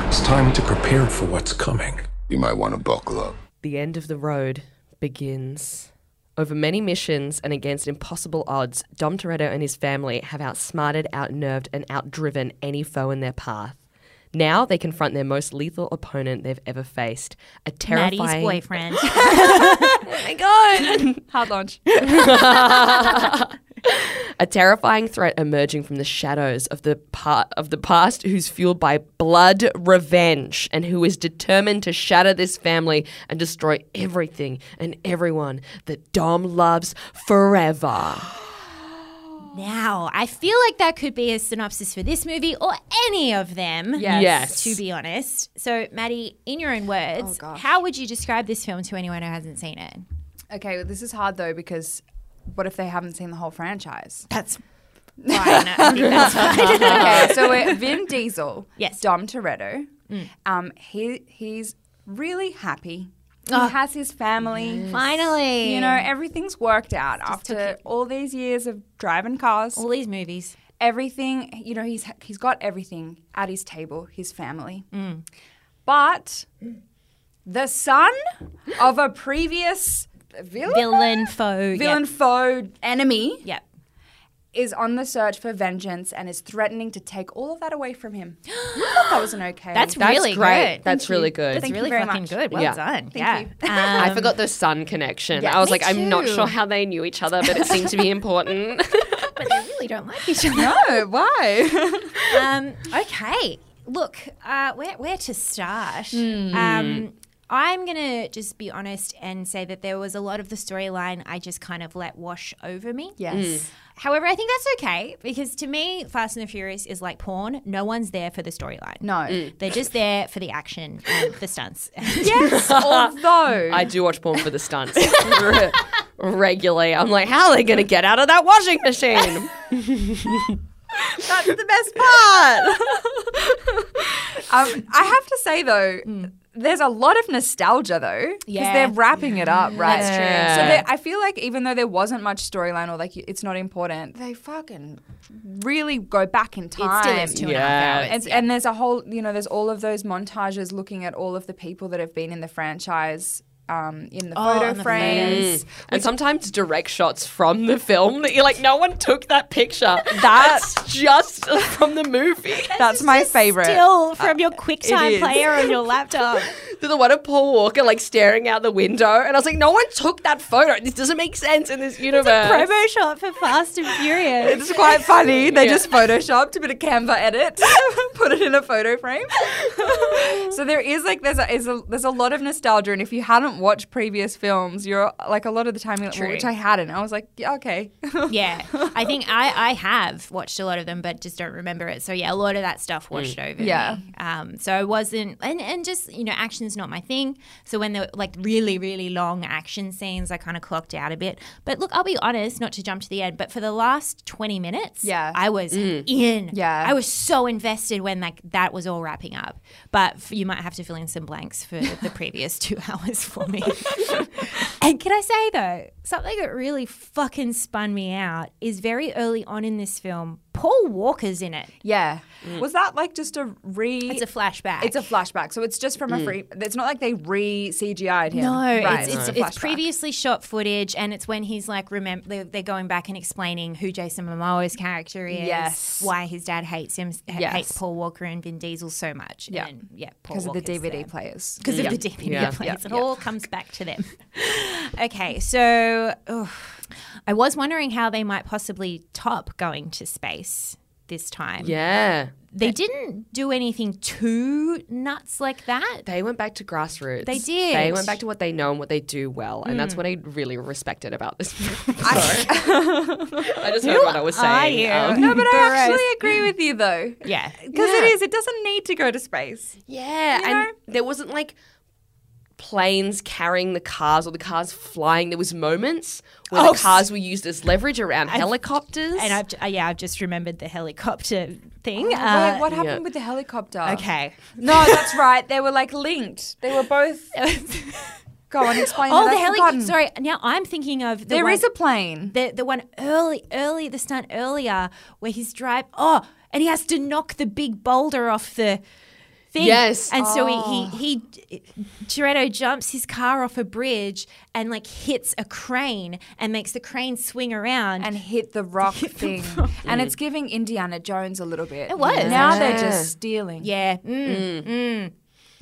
Speaker 9: It's time to prepare for what's coming.
Speaker 1: You might want to buckle up.
Speaker 3: The end of the road begins. Over many missions and against impossible odds, Dom Toretto and his family have outsmarted, outnerved, and outdriven any foe in their path. Now they confront their most lethal opponent they've ever faced, a terrifying
Speaker 6: Maddie's boyfriend.
Speaker 3: Oh my god!
Speaker 8: Hard launch.
Speaker 3: a terrifying threat emerging from the shadows of the pa- of the past who's fueled by blood revenge and who is determined to shatter this family and destroy everything and everyone that Dom loves forever.
Speaker 6: now, I feel like that could be a synopsis for this movie or any of them.
Speaker 8: Yes.
Speaker 3: Yes.
Speaker 6: To be honest. So, Maddie, in your own
Speaker 3: Oh,
Speaker 6: words, how would you describe this film to anyone who hasn't seen it?
Speaker 8: Okay, well, this is hard though because what if they haven't seen the whole franchise?
Speaker 6: That's fine. I think that's fine.
Speaker 8: okay, so we're Vin Diesel,
Speaker 6: Yes.
Speaker 8: Dom Toretto. Um, he he's really happy. He has his family.
Speaker 6: Finally.
Speaker 8: You know, everything's worked out after all these years of driving cars.
Speaker 6: all these movies.
Speaker 8: everything you know he's he's got everything at his table his family
Speaker 6: Mm.
Speaker 8: but the son of a previous villain
Speaker 6: Villain, foe.
Speaker 8: villain
Speaker 6: Yep.
Speaker 8: foe enemy
Speaker 6: yep.
Speaker 8: is on the search for vengeance and is threatening to take all of that away from him i thought that was an okay
Speaker 6: That's,
Speaker 3: That's
Speaker 6: really
Speaker 3: great.
Speaker 6: good.
Speaker 3: That's really good.
Speaker 6: That's
Speaker 8: Thank you Um,
Speaker 6: really
Speaker 8: very
Speaker 6: fucking
Speaker 8: much.
Speaker 6: good. Well
Speaker 3: Yeah.
Speaker 6: done.
Speaker 8: Thank
Speaker 6: yeah.
Speaker 8: you.
Speaker 6: Um,
Speaker 3: I forgot the son connection. I was like, I'm not sure how they knew each other, but it seemed to be important.
Speaker 6: But they really don't like each other.
Speaker 8: no why
Speaker 6: um, okay. Look, uh, where, where to start?
Speaker 3: Hmm.
Speaker 6: Um, I'm going to just be honest and say that there was a lot of the storyline I just kind of let wash over me.
Speaker 8: yes
Speaker 6: However, I think that's okay because to me, Fast and the Furious is like porn. No one's there for the storyline.
Speaker 8: no
Speaker 6: They're just there for the action and the stunts.
Speaker 8: yes although
Speaker 3: I do watch porn for the stunts Re- regularly. I'm like, how are they going to get out of that washing machine?
Speaker 8: That's the best part. um, I have to say though, there's a lot of nostalgia though, because
Speaker 6: Hmm. Yeah.
Speaker 8: they're wrapping it up, right?
Speaker 6: That's true.
Speaker 8: So they- I feel like even though there wasn't much storyline or like it's not important, they fucking really go back in
Speaker 6: It
Speaker 8: time.
Speaker 6: still is two and a half
Speaker 3: Yeah.
Speaker 6: hours.
Speaker 8: And, and there's a whole, you know, there's all of those montages looking at all of the people that have been in the franchise, um, in the
Speaker 6: Oh,
Speaker 8: photo
Speaker 6: and the
Speaker 8: frames.
Speaker 3: And sometimes direct shots from the film that you're like, no one took that picture.
Speaker 8: That's-
Speaker 3: That's just from the movie.
Speaker 8: That's my favorite.
Speaker 6: Still from your QuickTime
Speaker 8: is.
Speaker 6: player on your laptop.
Speaker 3: the one of Paul Walker like staring out the window, and I was like, no one took that photo. This doesn't make sense in this universe.
Speaker 6: Promo shot for Fast and Furious.
Speaker 8: It's quite funny. They just photoshopped a bit of Canva edit, put it in a photo frame. so there is like there's a, is a there's a lot of nostalgia, and if you hadn't watched previous films, you're like a lot of the time, you're like, well, which I hadn't. I was like, yeah, okay.
Speaker 6: Yeah, I think I, I have watched a lot of them, but just don't remember it. So yeah, a lot of that stuff washed over
Speaker 8: Yeah.
Speaker 6: me. Um, so I wasn't, and and just you know, action's not my thing. So when the like really really long action scenes, I kind of clocked out a bit. But look, I'll be honest, not to jump to the end, but for the last twenty minutes,
Speaker 8: Yeah. Mm.
Speaker 6: I was in.
Speaker 8: Yeah.
Speaker 6: I was so invested when like that was all wrapping up. But f- you might have to fill in some blanks for the previous two hours for me. And can I say though, something that really fucking spun me out is very early on in this film, Paul Walker's in it.
Speaker 8: yeah. Was that like just a re?
Speaker 6: It's a flashback.
Speaker 8: It's a flashback, so it's just from a free. It's not like they re CGI'd him.
Speaker 6: no,
Speaker 8: right.
Speaker 6: it's, it's, it's previously shot footage, and it's when he's like, remember, they're, they're going back and explaining who Jason Momoa's character is,
Speaker 8: Yes.
Speaker 6: why his dad hates him, ha-
Speaker 8: Yes.
Speaker 6: hates Paul Walker and Vin Diesel so much.
Speaker 8: Yeah.
Speaker 6: And then, yeah, Paul
Speaker 8: because of the
Speaker 6: Walker's
Speaker 8: DVD
Speaker 6: there.
Speaker 8: players.
Speaker 6: because of the DVD
Speaker 3: Yeah.
Speaker 6: plays. It all comes back to them. okay, so ugh, I was wondering how they might possibly top going to space this time.
Speaker 3: Yeah.
Speaker 6: They didn't do anything too nuts like that.
Speaker 3: They went back to grassroots.
Speaker 6: They did.
Speaker 3: They went back to what they know and what they do well. And that's what I really respected about this film. Sorry. I just heard what I was saying. Um,
Speaker 8: No, but I actually agree with you though,
Speaker 6: Yeah.
Speaker 8: because it is. It doesn't need to go to space.
Speaker 3: Yeah, and there wasn't like planes carrying the cars or the cars flying. There was moments where the cars were used as leverage around helicopters.
Speaker 6: Oh, And I've, ju- uh, yeah, I've just remembered the helicopter thing.
Speaker 8: Wait,
Speaker 6: Uh,
Speaker 8: Oh, what happened with the helicopter?
Speaker 6: okay.
Speaker 8: No, that's right. They were like linked. They were both. Go on, explain.
Speaker 6: Oh,
Speaker 8: that.
Speaker 6: the
Speaker 8: I've forgotten.
Speaker 6: helicopter. Sorry. Now I'm thinking of the
Speaker 8: There
Speaker 6: one,
Speaker 8: is a plane.
Speaker 6: the the one early early the stunt earlier where he's drive oh and he has to knock the big boulder off the thing
Speaker 3: Yes.
Speaker 6: and
Speaker 8: Oh.
Speaker 6: so he he he Toretto jumps his car off a bridge and like hits a crane and makes the crane swing around
Speaker 8: and hit the rock thing. And it's giving Indiana Jones a little bit. It
Speaker 6: was.
Speaker 8: Now they're just stealing.
Speaker 6: yeah mm,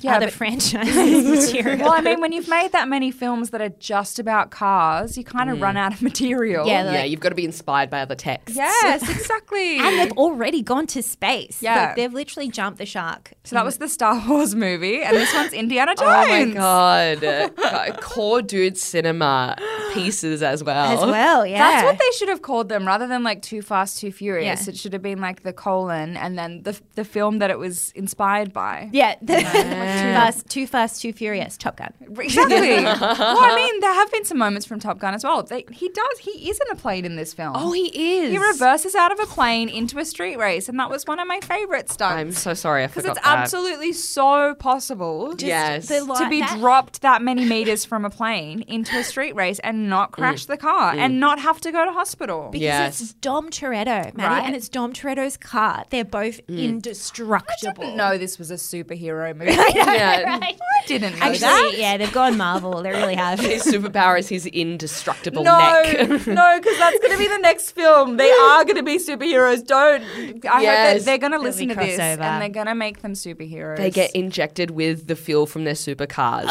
Speaker 8: Yeah,
Speaker 6: other
Speaker 8: but-
Speaker 6: franchises material
Speaker 8: well, I mean, when you've made that many films that are just about cars, you kind of run out of material.
Speaker 6: Yeah,
Speaker 3: yeah, you've got to be inspired by other texts.
Speaker 8: Yes, exactly.
Speaker 6: and they've already gone to space
Speaker 8: Yeah.
Speaker 6: Like, they've literally jumped the shark
Speaker 8: so that was the Star Wars movie, and this one's Indiana Jones.
Speaker 3: Oh my god, Uh, core dude cinema pieces as well.
Speaker 6: as well yeah
Speaker 8: That's what they should have called them, rather than like Too Fast, Too Furious.
Speaker 6: Yeah.
Speaker 8: It should have been like the colon, and then the the film that it was inspired by.
Speaker 6: yeah, the- too fast, too fast, too furious. Top Gun.
Speaker 8: Exactly. well, I mean, there have been some moments from Top Gun as well. They, he does. He is in a plane in this film.
Speaker 3: Oh, he is.
Speaker 8: He reverses out of a plane into a street race, and that was one of my favorite
Speaker 3: I'm
Speaker 8: stunts.
Speaker 3: so sorry, I
Speaker 8: Because
Speaker 3: forgot
Speaker 8: it's
Speaker 3: that.
Speaker 8: absolutely so possible
Speaker 3: yes.
Speaker 8: to be
Speaker 6: that-
Speaker 8: dropped that many meters from a plane into a street race and
Speaker 3: Mm.
Speaker 8: not crash the car and not have to go to hospital.
Speaker 6: Because
Speaker 3: Yes.
Speaker 6: it's Dom Toretto, Maddie,
Speaker 8: Right.
Speaker 6: and it's Dom Toretto's car. They're both indestructible.
Speaker 8: no, this was a superhero movie.
Speaker 3: yeah.
Speaker 8: I didn't know
Speaker 6: Actually,
Speaker 8: that.
Speaker 6: yeah, they've gone Marvel. They really have.
Speaker 3: His superpower is his indestructible
Speaker 8: No,
Speaker 3: neck.
Speaker 8: no, because that's going to be the next film. They are going to be superheroes. Don't. I hope
Speaker 3: Yes.
Speaker 8: that they're going to
Speaker 6: be
Speaker 8: listen to this
Speaker 6: crossover.
Speaker 8: and they're going to make them superheroes.
Speaker 3: they get injected with the fuel from their supercars.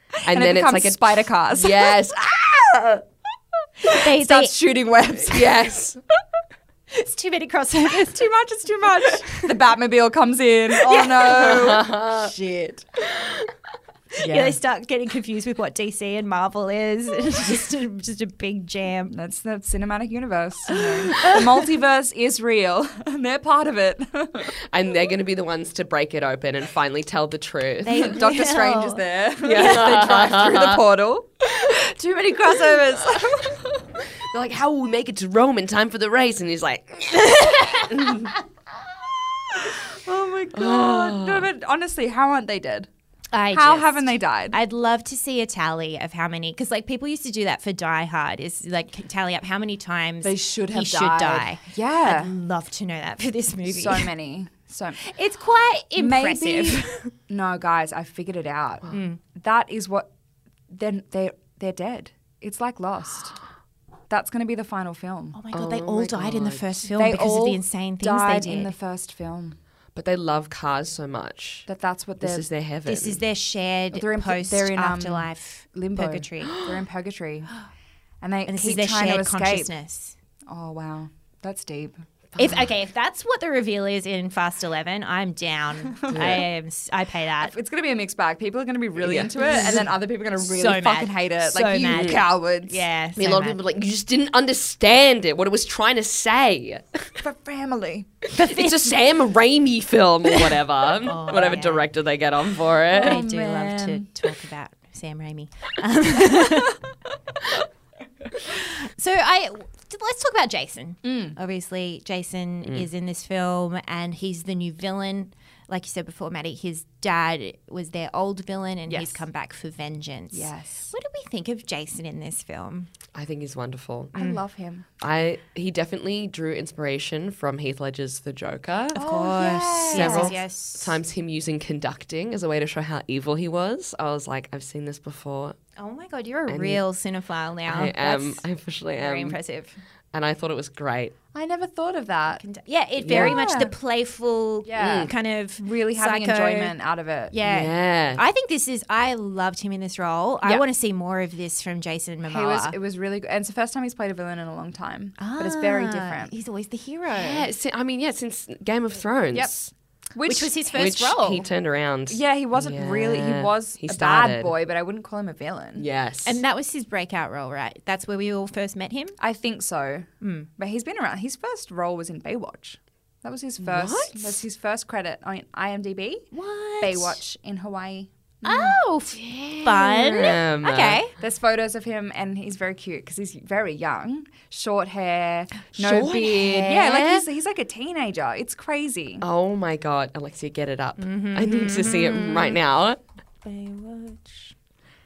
Speaker 3: and,
Speaker 8: and
Speaker 3: then
Speaker 8: it
Speaker 3: it's
Speaker 8: becomes
Speaker 3: like a
Speaker 8: spider cars.
Speaker 3: Yes.
Speaker 6: They, they,
Speaker 8: starts shooting webs.
Speaker 3: yes.
Speaker 6: it's too many crossovers.
Speaker 8: too much. It's too much. The Batmobile comes in. Oh no! Shit.
Speaker 6: Yeah. they start getting confused with what DC and Marvel is. It's just a, just a big jam.
Speaker 8: That's the cinematic universe. you know. the multiverse is real, and they're part of it.
Speaker 3: And they're going to be the ones to break it open and finally tell the truth.
Speaker 8: Doctor Strange is there. they drive through the portal. Too many crossovers.
Speaker 3: They're like, how will we make it to Rome in time for the race? And he's like,
Speaker 8: oh my god! No, but honestly, how aren't they dead?
Speaker 6: I
Speaker 8: How
Speaker 6: just-
Speaker 8: haven't they died?
Speaker 6: I'd love to see a tally of how many, because like people used to do that for Die Hard, is like tally up how many times
Speaker 8: They should
Speaker 6: he
Speaker 8: have
Speaker 6: should
Speaker 8: died.
Speaker 6: die.
Speaker 8: Yeah.
Speaker 6: I'd love to know that for this movie.
Speaker 8: so many. So
Speaker 6: It's quite impressive. Oh
Speaker 8: maybe. no, guys, I figured it out. Mm. That is what. Then they they're dead. It's like Lost. That's going to be the final film.
Speaker 6: Oh my god, they all died in the first film
Speaker 8: they
Speaker 6: because
Speaker 8: all
Speaker 6: of the insane things
Speaker 8: died
Speaker 6: they did.
Speaker 8: in the first film.
Speaker 3: but they love cars so much.
Speaker 8: That that's what
Speaker 3: this
Speaker 8: they're-
Speaker 3: is their heaven.
Speaker 6: this is their shared
Speaker 8: They're in-
Speaker 6: post
Speaker 8: they're in, um,
Speaker 6: afterlife
Speaker 8: limbo.
Speaker 6: purgatory.
Speaker 8: They're in purgatory, and they
Speaker 6: And this
Speaker 8: keep
Speaker 6: is their
Speaker 8: trying to
Speaker 6: shared
Speaker 8: escape.
Speaker 6: consciousness.
Speaker 8: Oh wow, that's deep.
Speaker 6: If okay, if that's what the reveal is in Fast Eleven, I'm down. I am. s- I pay that.
Speaker 8: It's going to be a mixed bag. People are going to be really into it, and then other people are going to really
Speaker 6: So mad.
Speaker 8: fucking hate it.
Speaker 6: So
Speaker 8: like you
Speaker 6: mad.
Speaker 8: cowards.
Speaker 6: Yeah, so
Speaker 3: I mean, a lot of
Speaker 6: mad.
Speaker 3: people are like, you just didn't understand it, what it was trying to say.
Speaker 8: for family.
Speaker 3: it's a Sam Raimi film or whatever,
Speaker 6: Oh,
Speaker 3: whatever director they get on for it.
Speaker 8: Oh,
Speaker 6: I do love to talk about Sam Raimi. so I let's talk about Jason.
Speaker 8: Mm.
Speaker 6: Obviously, Jason is in this film, and he's the new villain. Like you said before, Maddie, his dad was their old villain, and he's come back for vengeance.
Speaker 8: Yes.
Speaker 6: What do we think of Jason in this film?
Speaker 3: I think he's wonderful.
Speaker 6: Mm.
Speaker 8: I love him.
Speaker 3: I he definitely drew inspiration from Heath Ledger's The Joker. Of
Speaker 6: course,
Speaker 3: several
Speaker 6: yes.
Speaker 3: times him using conducting as a way to show how evil he was. I was like, I've seen this before.
Speaker 6: Oh my god, you're a real cinephile now.
Speaker 3: I am. I officially am.
Speaker 6: Oh, very impressive.
Speaker 3: And I thought it was great.
Speaker 8: I never thought of that.
Speaker 6: Yeah, it very much the playful kind of
Speaker 8: Really having
Speaker 6: psycho-
Speaker 8: enjoyment out of it.
Speaker 6: Yeah.
Speaker 3: Yeah.
Speaker 6: I think this is. I loved him in this role. I want to see more of this from Jason Momoa.
Speaker 8: He was, it was really good. And it's the first time he's played a villain in a long time. but it's very
Speaker 6: Ah,
Speaker 8: different.
Speaker 6: He's always the hero.
Speaker 3: Yeah, si- I mean, yeah, since Game of Thrones.
Speaker 8: Yep.
Speaker 6: Which was his
Speaker 3: Which
Speaker 6: first role.
Speaker 3: he turned around.
Speaker 8: Yeah, he wasn't really. He
Speaker 3: Yeah.
Speaker 8: was
Speaker 3: He
Speaker 8: a
Speaker 3: started.
Speaker 8: bad boy, but I wouldn't call him a villain.
Speaker 3: Yes.
Speaker 6: and that was his breakout role, right? That's where we all first met him.
Speaker 8: I think so.
Speaker 6: Hmm.
Speaker 8: But he's been around. His first role was in Baywatch. That was his first. That's his first credit on IMDb. What? Baywatch in Hawaii.
Speaker 6: Oh, fun.
Speaker 3: Damn.
Speaker 6: Okay.
Speaker 8: There's photos of him, and he's very cute because he's very young, short hair, no
Speaker 3: Short
Speaker 8: beard.
Speaker 3: hair?
Speaker 8: Yeah, like he's, he's like a teenager. It's crazy.
Speaker 3: Oh my god, Alexia, get it up. I need to see it right now.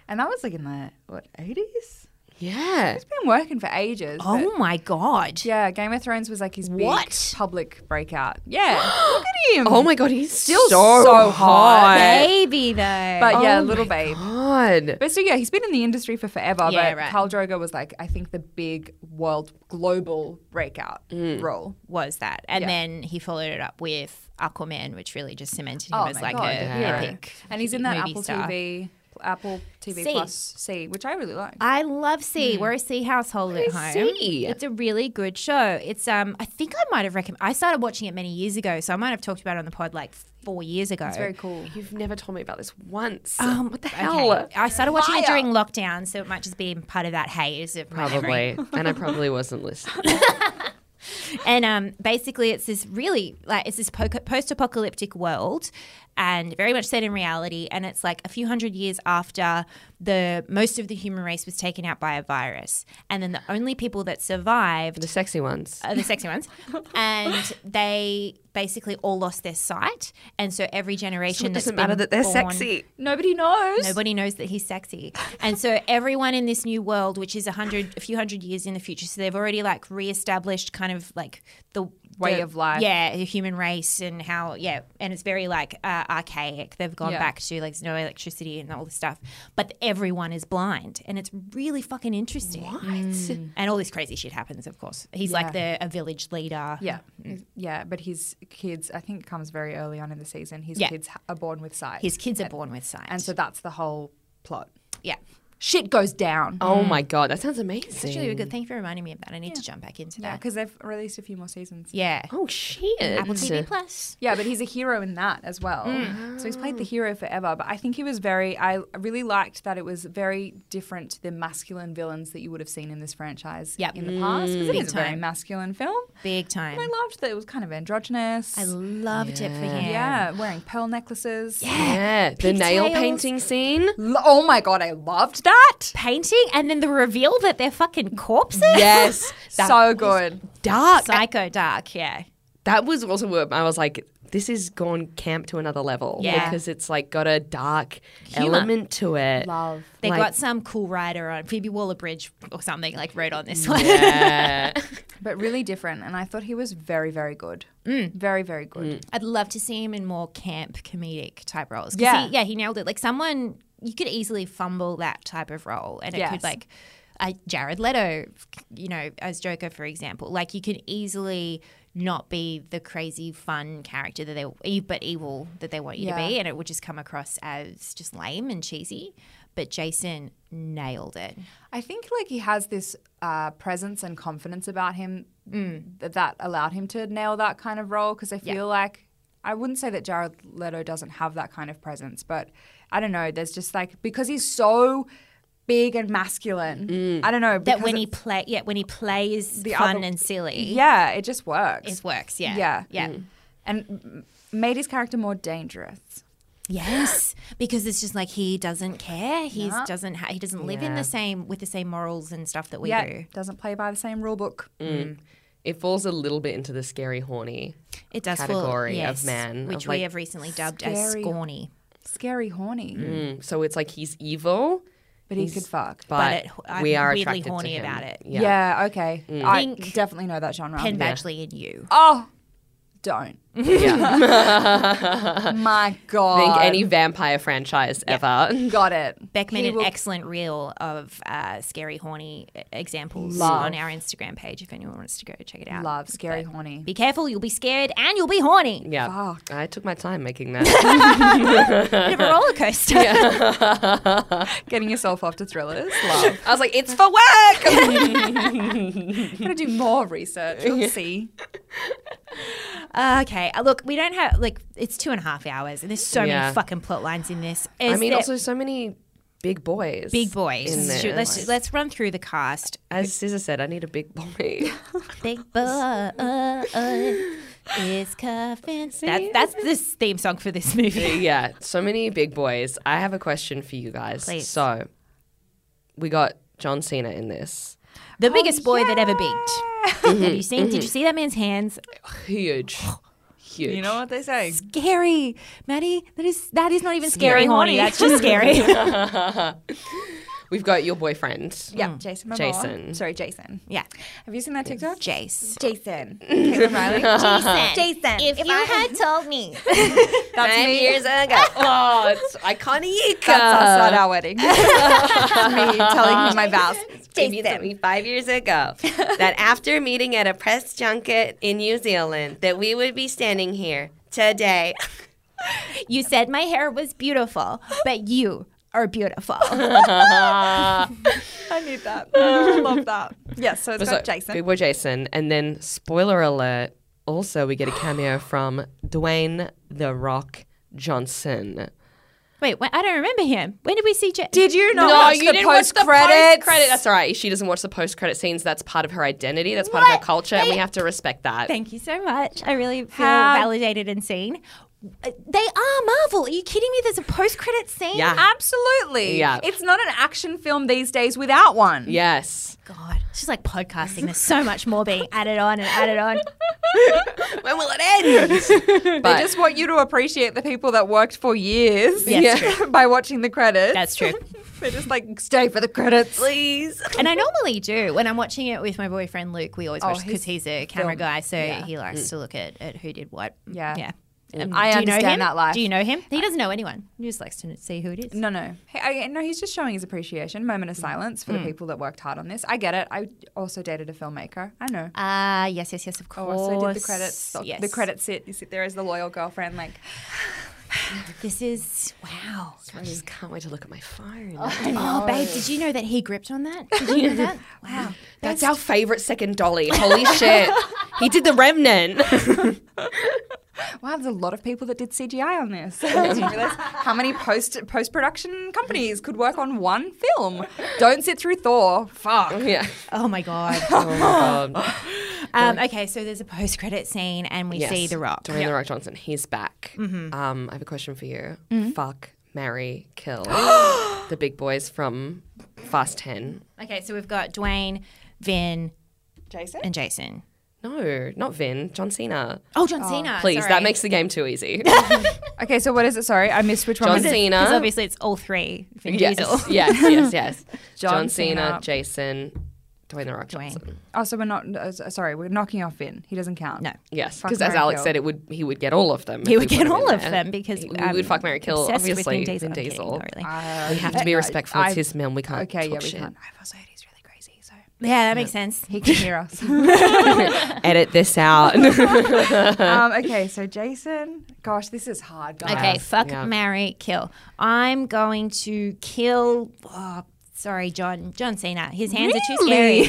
Speaker 8: And that was like in the what 80s?
Speaker 3: Yeah.
Speaker 8: He's been working for ages. but-
Speaker 6: Oh my god.
Speaker 8: Yeah, Game of Thrones was like his
Speaker 6: What?
Speaker 8: big public breakout. Yeah, look at him.
Speaker 3: Oh my god, he's still so,
Speaker 8: so
Speaker 3: hot.
Speaker 8: hot.
Speaker 6: Baby though.
Speaker 8: But yeah,
Speaker 3: Oh
Speaker 8: little
Speaker 3: my
Speaker 8: babe.
Speaker 3: God.
Speaker 8: But so yeah, he's been in the industry for forever.
Speaker 6: Yeah,
Speaker 8: but
Speaker 6: right.
Speaker 8: Khal Drogo was like, I think the big world global breakout
Speaker 3: Mm.
Speaker 8: role.
Speaker 6: was that. And then he followed it up with Aquaman, which really just cemented him
Speaker 8: Oh
Speaker 6: as
Speaker 8: my
Speaker 6: like
Speaker 8: God,
Speaker 6: a
Speaker 8: yeah.
Speaker 6: epic.
Speaker 8: And he's in that
Speaker 6: movie
Speaker 8: Apple
Speaker 6: star.
Speaker 8: TV, Apple TV
Speaker 6: C.
Speaker 8: Plus C, which I really like.
Speaker 6: I love C. We're a C household at home.
Speaker 3: C?
Speaker 6: It's a really good show. It's um I think I might have recommended I started watching it many years ago, so I might have talked about it on the pod like four years ago.
Speaker 8: It's very cool.
Speaker 3: You've never told me about this once.
Speaker 6: Um,
Speaker 3: what the
Speaker 6: okay.
Speaker 3: hell?
Speaker 6: I started watching it during lockdown, so it might just be part of that haze of my memory.
Speaker 3: Probably. and I probably wasn't listening.
Speaker 6: And um, basically, it's this really like it's this post apocalyptic world, and very much set in reality. And it's like a few hundred years after the most of the human race was taken out by a virus, and then the only people that survived
Speaker 3: The sexy ones.
Speaker 6: are uh, the sexy ones, and they basically all lost their sight. And so every generation
Speaker 3: It
Speaker 6: that's
Speaker 3: doesn't matter
Speaker 6: been
Speaker 3: that they're
Speaker 6: born-
Speaker 3: sexy.
Speaker 8: Nobody knows.
Speaker 6: Nobody knows that he's sexy. And so everyone in this new world, which is a hundred, a few hundred years in the future, so they've already like reestablished kind of like the
Speaker 8: Way
Speaker 6: the-
Speaker 8: of life.
Speaker 6: Yeah, the human race and how yeah, and it's very like uh, archaic. They've gone
Speaker 8: Yeah.
Speaker 6: back to like there's no electricity and all this stuff, but everyone is blind, and it's really fucking interesting. What? And all this crazy shit happens, of course. He's like the a village leader.
Speaker 8: Yeah, He's- yeah, but his kids, I think, it comes very early on in the season. His
Speaker 6: Yeah.
Speaker 8: kids ha- are born with sight,
Speaker 6: His kids are born with sight.
Speaker 8: and so that's the whole plot.
Speaker 6: yeah.
Speaker 8: Shit goes down.
Speaker 3: Oh my god, that sounds amazing.
Speaker 6: Actually, good. Thank you for reminding me of that. I need to jump back into
Speaker 8: Mm. Yeah,
Speaker 6: that.
Speaker 8: because they've released a few more seasons.
Speaker 6: Yeah.
Speaker 3: Oh shit.
Speaker 6: Apple TV Plus.
Speaker 8: Yeah, but he's a hero in that as well.
Speaker 6: Mm.
Speaker 8: So he's played the hero forever. But I think he was very, I really liked that it was very different to the masculine villains that you would have seen in this franchise
Speaker 6: Yep.
Speaker 8: in the past. Because it
Speaker 6: Big
Speaker 8: is a very
Speaker 6: time.
Speaker 8: masculine film.
Speaker 6: Big time.
Speaker 8: And I loved that it was kind of androgynous.
Speaker 6: I loved it for him.
Speaker 8: yeah, wearing pearl necklaces. Yeah.
Speaker 3: Yeah, the nail painting scene.
Speaker 8: Oh my God, I loved that.
Speaker 6: Painting and then the reveal that they're fucking corpses.
Speaker 3: Yes, that
Speaker 8: so good.
Speaker 3: dark.
Speaker 6: Psycho dark, yeah.
Speaker 3: That was also where I was like, this has gone camp to another level
Speaker 6: Yeah.
Speaker 3: because it's like got a dark element to it.
Speaker 8: Love.
Speaker 6: They
Speaker 3: Like-
Speaker 6: got some cool writer on Phoebe Waller Bridge or something, like wrote on this one.
Speaker 3: Yeah.
Speaker 8: But really different. And I thought he was very, very good.
Speaker 6: Mm.
Speaker 8: Very, very good.
Speaker 6: I'd love to see him in more camp comedic type roles. 'Cause
Speaker 8: Yeah.
Speaker 6: He, yeah, he nailed it. Like someone, you could easily fumble that type of role and it could
Speaker 8: Yes.
Speaker 6: like, uh, Jared Leto, you know, as Joker, for example. Like you can easily not be the crazy fun character that they, e, but evil that they want you to
Speaker 8: Yeah.
Speaker 6: be. And it would just come across as just lame and cheesy. But Jason nailed it.
Speaker 8: I think like he has this uh, presence and confidence about him
Speaker 6: Mm.
Speaker 8: th- that allowed him to nail that kind of role. Because I feel like I wouldn't say that Jared Leto doesn't have that kind of presence, but I don't know. There's just like because he's so big and masculine. I don't know
Speaker 6: Mm. That
Speaker 8: because
Speaker 6: when he
Speaker 8: it-
Speaker 6: play, yeah, when he plays
Speaker 8: The
Speaker 6: fun
Speaker 8: other-
Speaker 6: and silly,
Speaker 8: yeah, it just works.
Speaker 6: it works. Yeah,
Speaker 8: Yeah.
Speaker 6: yeah.
Speaker 8: and m- made his character more dangerous.
Speaker 6: Yes, because it's just like he doesn't care. He doesn't. Ha- he doesn't live in the same with the same morals and stuff that we
Speaker 8: Yeah,
Speaker 6: do.
Speaker 8: doesn't play by the same rule book.
Speaker 3: it falls a little bit into the scary, horny.
Speaker 6: It does
Speaker 3: Category of
Speaker 6: fall, yes,
Speaker 3: man,
Speaker 6: which
Speaker 3: of,
Speaker 6: we
Speaker 3: like,
Speaker 6: have recently dubbed as
Speaker 8: scary-
Speaker 6: scrawny.
Speaker 8: Scary, horny,
Speaker 3: Mm, So it's like he's evil,
Speaker 8: but he could fuck.
Speaker 6: But
Speaker 3: but,
Speaker 6: it- I'm
Speaker 3: we are
Speaker 6: weirdly
Speaker 3: attracted to
Speaker 6: horny
Speaker 3: him.
Speaker 6: about it.
Speaker 3: Yeah.
Speaker 8: Yeah. okay. I
Speaker 6: Think-
Speaker 8: definitely know that
Speaker 3: Um,
Speaker 8: genre.
Speaker 6: Pen Badgley and you.
Speaker 8: Oh, don't. My God.
Speaker 3: Think any vampire franchise ever.
Speaker 8: Got it.
Speaker 6: Beckman,
Speaker 8: He
Speaker 6: an
Speaker 8: will-
Speaker 6: excellent reel of uh, scary, horny e- examples on our Instagram page if anyone wants to go check it out.
Speaker 8: Love, scary, horny.
Speaker 6: Be careful, you'll be scared and you'll be horny.
Speaker 3: Yeah.
Speaker 8: Fuck.
Speaker 3: I took my time making that.
Speaker 6: Bit of a roller coaster.
Speaker 8: Getting yourself off to thrillers. Love.
Speaker 3: I was like, it's for work.
Speaker 8: I'm going to do more research. You'll see.
Speaker 6: Okay, uh, look, we don't have like it's two and a half hours, and there's so
Speaker 3: Yeah.
Speaker 6: many fucking plot lines in this.
Speaker 3: I
Speaker 6: Is
Speaker 3: mean,
Speaker 6: there-
Speaker 3: also so many big boys.
Speaker 6: big
Speaker 3: in
Speaker 6: boys.
Speaker 3: there.
Speaker 6: Shoot, let's let's run through the cast.
Speaker 3: As Scissor said, I need a big boy.
Speaker 6: Big boy. is coffin. That, that's this theme song for this movie.
Speaker 3: yeah, so many big boys. I have a question for you guys.
Speaker 6: Please.
Speaker 3: So, we got John Cena in this.
Speaker 6: The biggest boy that ever beat. Have
Speaker 3: Mm-hmm,
Speaker 6: you seen? Did you see that man's hands?
Speaker 3: Huge. Huge.
Speaker 10: You know what they say?
Speaker 6: Scary, Maddie. That is that is not even scary, horny. That's just scary.
Speaker 3: We've got your boyfriend.
Speaker 8: Yeah, Jason Momoa.
Speaker 3: Jason.
Speaker 8: Sorry, Jason.
Speaker 6: Hmm. yeah,
Speaker 8: Have you seen that TikTok?
Speaker 6: Jace.
Speaker 8: Jason. Caitlin Riley.
Speaker 6: Jason. If, you had told me,
Speaker 8: That's me.
Speaker 3: years ago. oh, it's iconic.
Speaker 8: That's us at our wedding. me telling him my vows.
Speaker 3: If you told me five years ago that after meeting at a press junket in New Zealand that we would be standing here today.
Speaker 6: you said my hair was beautiful, but you are beautiful.
Speaker 8: I need that. I love that. Yes, so it's got Jason.
Speaker 3: Big boy Jason. And then, spoiler alert, also we get a cameo from Dwayne The Rock Johnson.
Speaker 6: Wait, wh- I don't remember him. When did we see Jason?
Speaker 8: Did you not
Speaker 3: No,
Speaker 8: watch
Speaker 3: you
Speaker 8: the
Speaker 3: didn't
Speaker 8: post
Speaker 3: watch the
Speaker 8: credits?
Speaker 3: post-credit. That's all right. She doesn't watch the post-credit scenes. That's part of her identity. That's part of her culture, and we have to respect that.
Speaker 6: Thank you so much. I really feel
Speaker 8: How-
Speaker 6: validated and seen. Uh, They are Marvel. Are you kidding me? There's a post-credit scene.
Speaker 3: Yeah.
Speaker 8: Absolutely.
Speaker 3: Yeah.
Speaker 8: It's not an action film these days without one.
Speaker 3: yes.
Speaker 6: God, she's like podcasting. There's so much more being added on and added on.
Speaker 3: When will it end?
Speaker 8: They just want you to appreciate the people that worked for years by watching the credits.
Speaker 6: That's true.
Speaker 8: They're just like, stay for the credits.
Speaker 3: Please.
Speaker 6: And I normally do when I'm watching it with my boyfriend Luke. We always watch because
Speaker 8: he's
Speaker 6: Oh, he's a camera guy, so he likes
Speaker 3: Mm.
Speaker 6: to look at, at who did what.
Speaker 8: Yeah.
Speaker 6: yeah.
Speaker 8: I
Speaker 6: do you know
Speaker 8: understand
Speaker 6: him?
Speaker 8: that life.
Speaker 6: Do you know him? He doesn't know anyone. He just likes to see who it is.
Speaker 8: No, no. Hey, I, no, he's just showing his appreciation. Moment of
Speaker 6: Mm.
Speaker 8: silence for the people that worked hard on this. I get it. I also dated a filmmaker. I know.
Speaker 6: Ah, yes, yes, yes. Of
Speaker 8: I
Speaker 6: course.
Speaker 8: also did the credits. The,
Speaker 6: Yes.
Speaker 8: the credits sit. You sit there as the loyal girlfriend, like,
Speaker 6: This is wow.
Speaker 3: I just can't wait to look at my phone.
Speaker 6: Oh, babe, did you know that he gripped on that? Did you know that? Wow.
Speaker 3: That's our favorite second dolly. Holy shit. He did the remnant.
Speaker 8: wow, there's a lot of people that did CGI on this. I didn't realize how many post post production companies could work on one film. Don't sit through Thor. Fuck.
Speaker 3: yeah.
Speaker 6: Oh my god.
Speaker 3: Um,
Speaker 6: Um, okay, so there's a post-credit scene, and we see The Rock.
Speaker 3: Dwayne The Rock Johnson. He's back.
Speaker 8: Mm-hmm.
Speaker 3: Um, I have a question for you. Fuck, marry, kill. the big boys from Fast 10.
Speaker 6: Okay, so we've got Dwayne, Vin,
Speaker 8: Jason?
Speaker 6: and Jason.
Speaker 3: No, not Vin. John Cena.
Speaker 6: Oh, John Cena.
Speaker 3: Please,
Speaker 6: sorry.
Speaker 3: that makes the game too easy.
Speaker 8: Okay, so what is it? Sorry, I missed which one.
Speaker 3: John
Speaker 8: was it?
Speaker 3: Cena.
Speaker 6: because obviously it's all three. Vin
Speaker 3: yes,
Speaker 6: Diesel.
Speaker 3: yes, yes, yes. John, Cena,
Speaker 8: Cena.
Speaker 3: Jason, Dwayne The Rock Johnson.
Speaker 8: Oh, so we're not. Uh, s- sorry, we're knocking off Vin. He doesn't count.
Speaker 6: No.
Speaker 3: Yes,
Speaker 8: Fuck,
Speaker 3: because as
Speaker 8: marry,
Speaker 3: Alex
Speaker 8: kill.
Speaker 3: said, it would he would get all of them. if
Speaker 6: He
Speaker 3: we
Speaker 6: would
Speaker 3: put him
Speaker 6: get
Speaker 3: in
Speaker 6: all of
Speaker 3: there.
Speaker 6: them because
Speaker 3: we
Speaker 6: um,
Speaker 3: would fuck, marry, kill.
Speaker 6: obsessed with
Speaker 3: Obviously,
Speaker 6: Vin Diesel.
Speaker 3: Vin
Speaker 6: I'm kidding,
Speaker 3: Diesel. Uh,
Speaker 6: not really.
Speaker 3: we have to be respectful.
Speaker 8: I-
Speaker 3: it's his film. We can't.
Speaker 8: Uh, Okay, yeah,
Speaker 3: talk
Speaker 8: we
Speaker 3: shit.
Speaker 8: can't. I've also heard he's really crazy, so
Speaker 6: yeah, that makes sense.
Speaker 8: he can hear us.
Speaker 3: Edit this out.
Speaker 8: um, okay, so Jason, gosh, this is hard, guys.
Speaker 6: Okay, fuck, marry, kill. I'm going to kill. Oh, sorry, John. John Cena. His hands are too scary. Too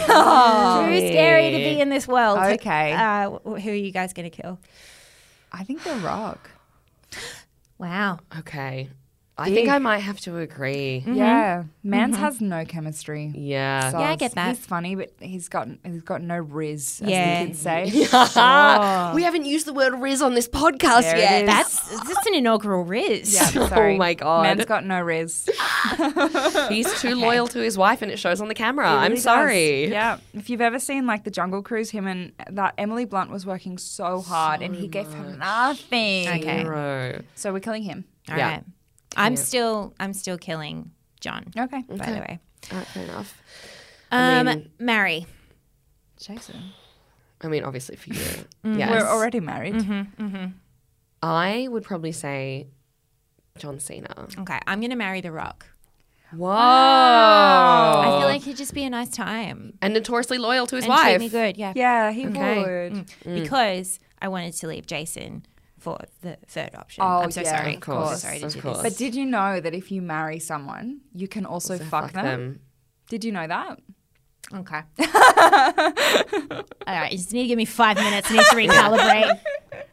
Speaker 6: scary to be in this world.
Speaker 8: Okay.
Speaker 6: Uh, wh- who are you guys going to kill?
Speaker 8: I think The Rock.
Speaker 6: Wow.
Speaker 3: okay, I think I might have to agree.
Speaker 8: Yeah, Mans
Speaker 3: Mm-hmm.
Speaker 8: has no chemistry.
Speaker 3: Yeah.
Speaker 6: I get
Speaker 8: Sus.
Speaker 6: that.
Speaker 8: He's funny, but he's got he's got no riz, as
Speaker 6: Yeah.
Speaker 8: the kids say.
Speaker 3: Ah, We haven't used the word Riz on this podcast
Speaker 8: There it
Speaker 3: yet.
Speaker 8: is.
Speaker 6: That's Oh. is this an inaugural Riz.
Speaker 8: Yeah, sorry.
Speaker 3: Oh my God.
Speaker 8: Man's got no riz.
Speaker 3: He's too loyal to his wife, and it shows on the camera. I'm
Speaker 8: Really does.
Speaker 3: sorry.
Speaker 8: Yeah. If you've ever seen like the Jungle Cruise, him and that Emily Blunt was working so hard, and he gave her nothing.
Speaker 6: Okay. All
Speaker 3: Bro.
Speaker 8: So we're killing him.
Speaker 6: right.
Speaker 3: Yeah.
Speaker 6: I'm still I'm still killing John.
Speaker 8: Okay.
Speaker 6: By the way.
Speaker 3: Alright, fair enough.
Speaker 6: Um, marry.
Speaker 8: Jason.
Speaker 3: I mean, obviously for you.
Speaker 6: Mm-hmm.
Speaker 3: Yes.
Speaker 8: We're already married.
Speaker 3: I would probably say John Cena.
Speaker 6: Okay, I'm gonna marry The Rock.
Speaker 3: Whoa.
Speaker 8: Oh.
Speaker 6: I feel like he'd just be a nice time.
Speaker 3: And notoriously loyal to his
Speaker 6: And treat
Speaker 3: wife.
Speaker 6: me good, yeah.
Speaker 8: Yeah, he would.
Speaker 6: Mm. Because I wanted to leave Jason for the third option.
Speaker 8: Oh,
Speaker 6: I'm so
Speaker 8: yeah,
Speaker 6: sorry.
Speaker 8: of
Speaker 6: I'm so
Speaker 8: course,
Speaker 6: sorry to
Speaker 3: of
Speaker 6: do
Speaker 3: course.
Speaker 6: this.
Speaker 8: But did you know that if you marry someone, you can also fuck, them? Did you know that?
Speaker 6: Okay. All right, you just need to give me five minutes. I need to recalibrate.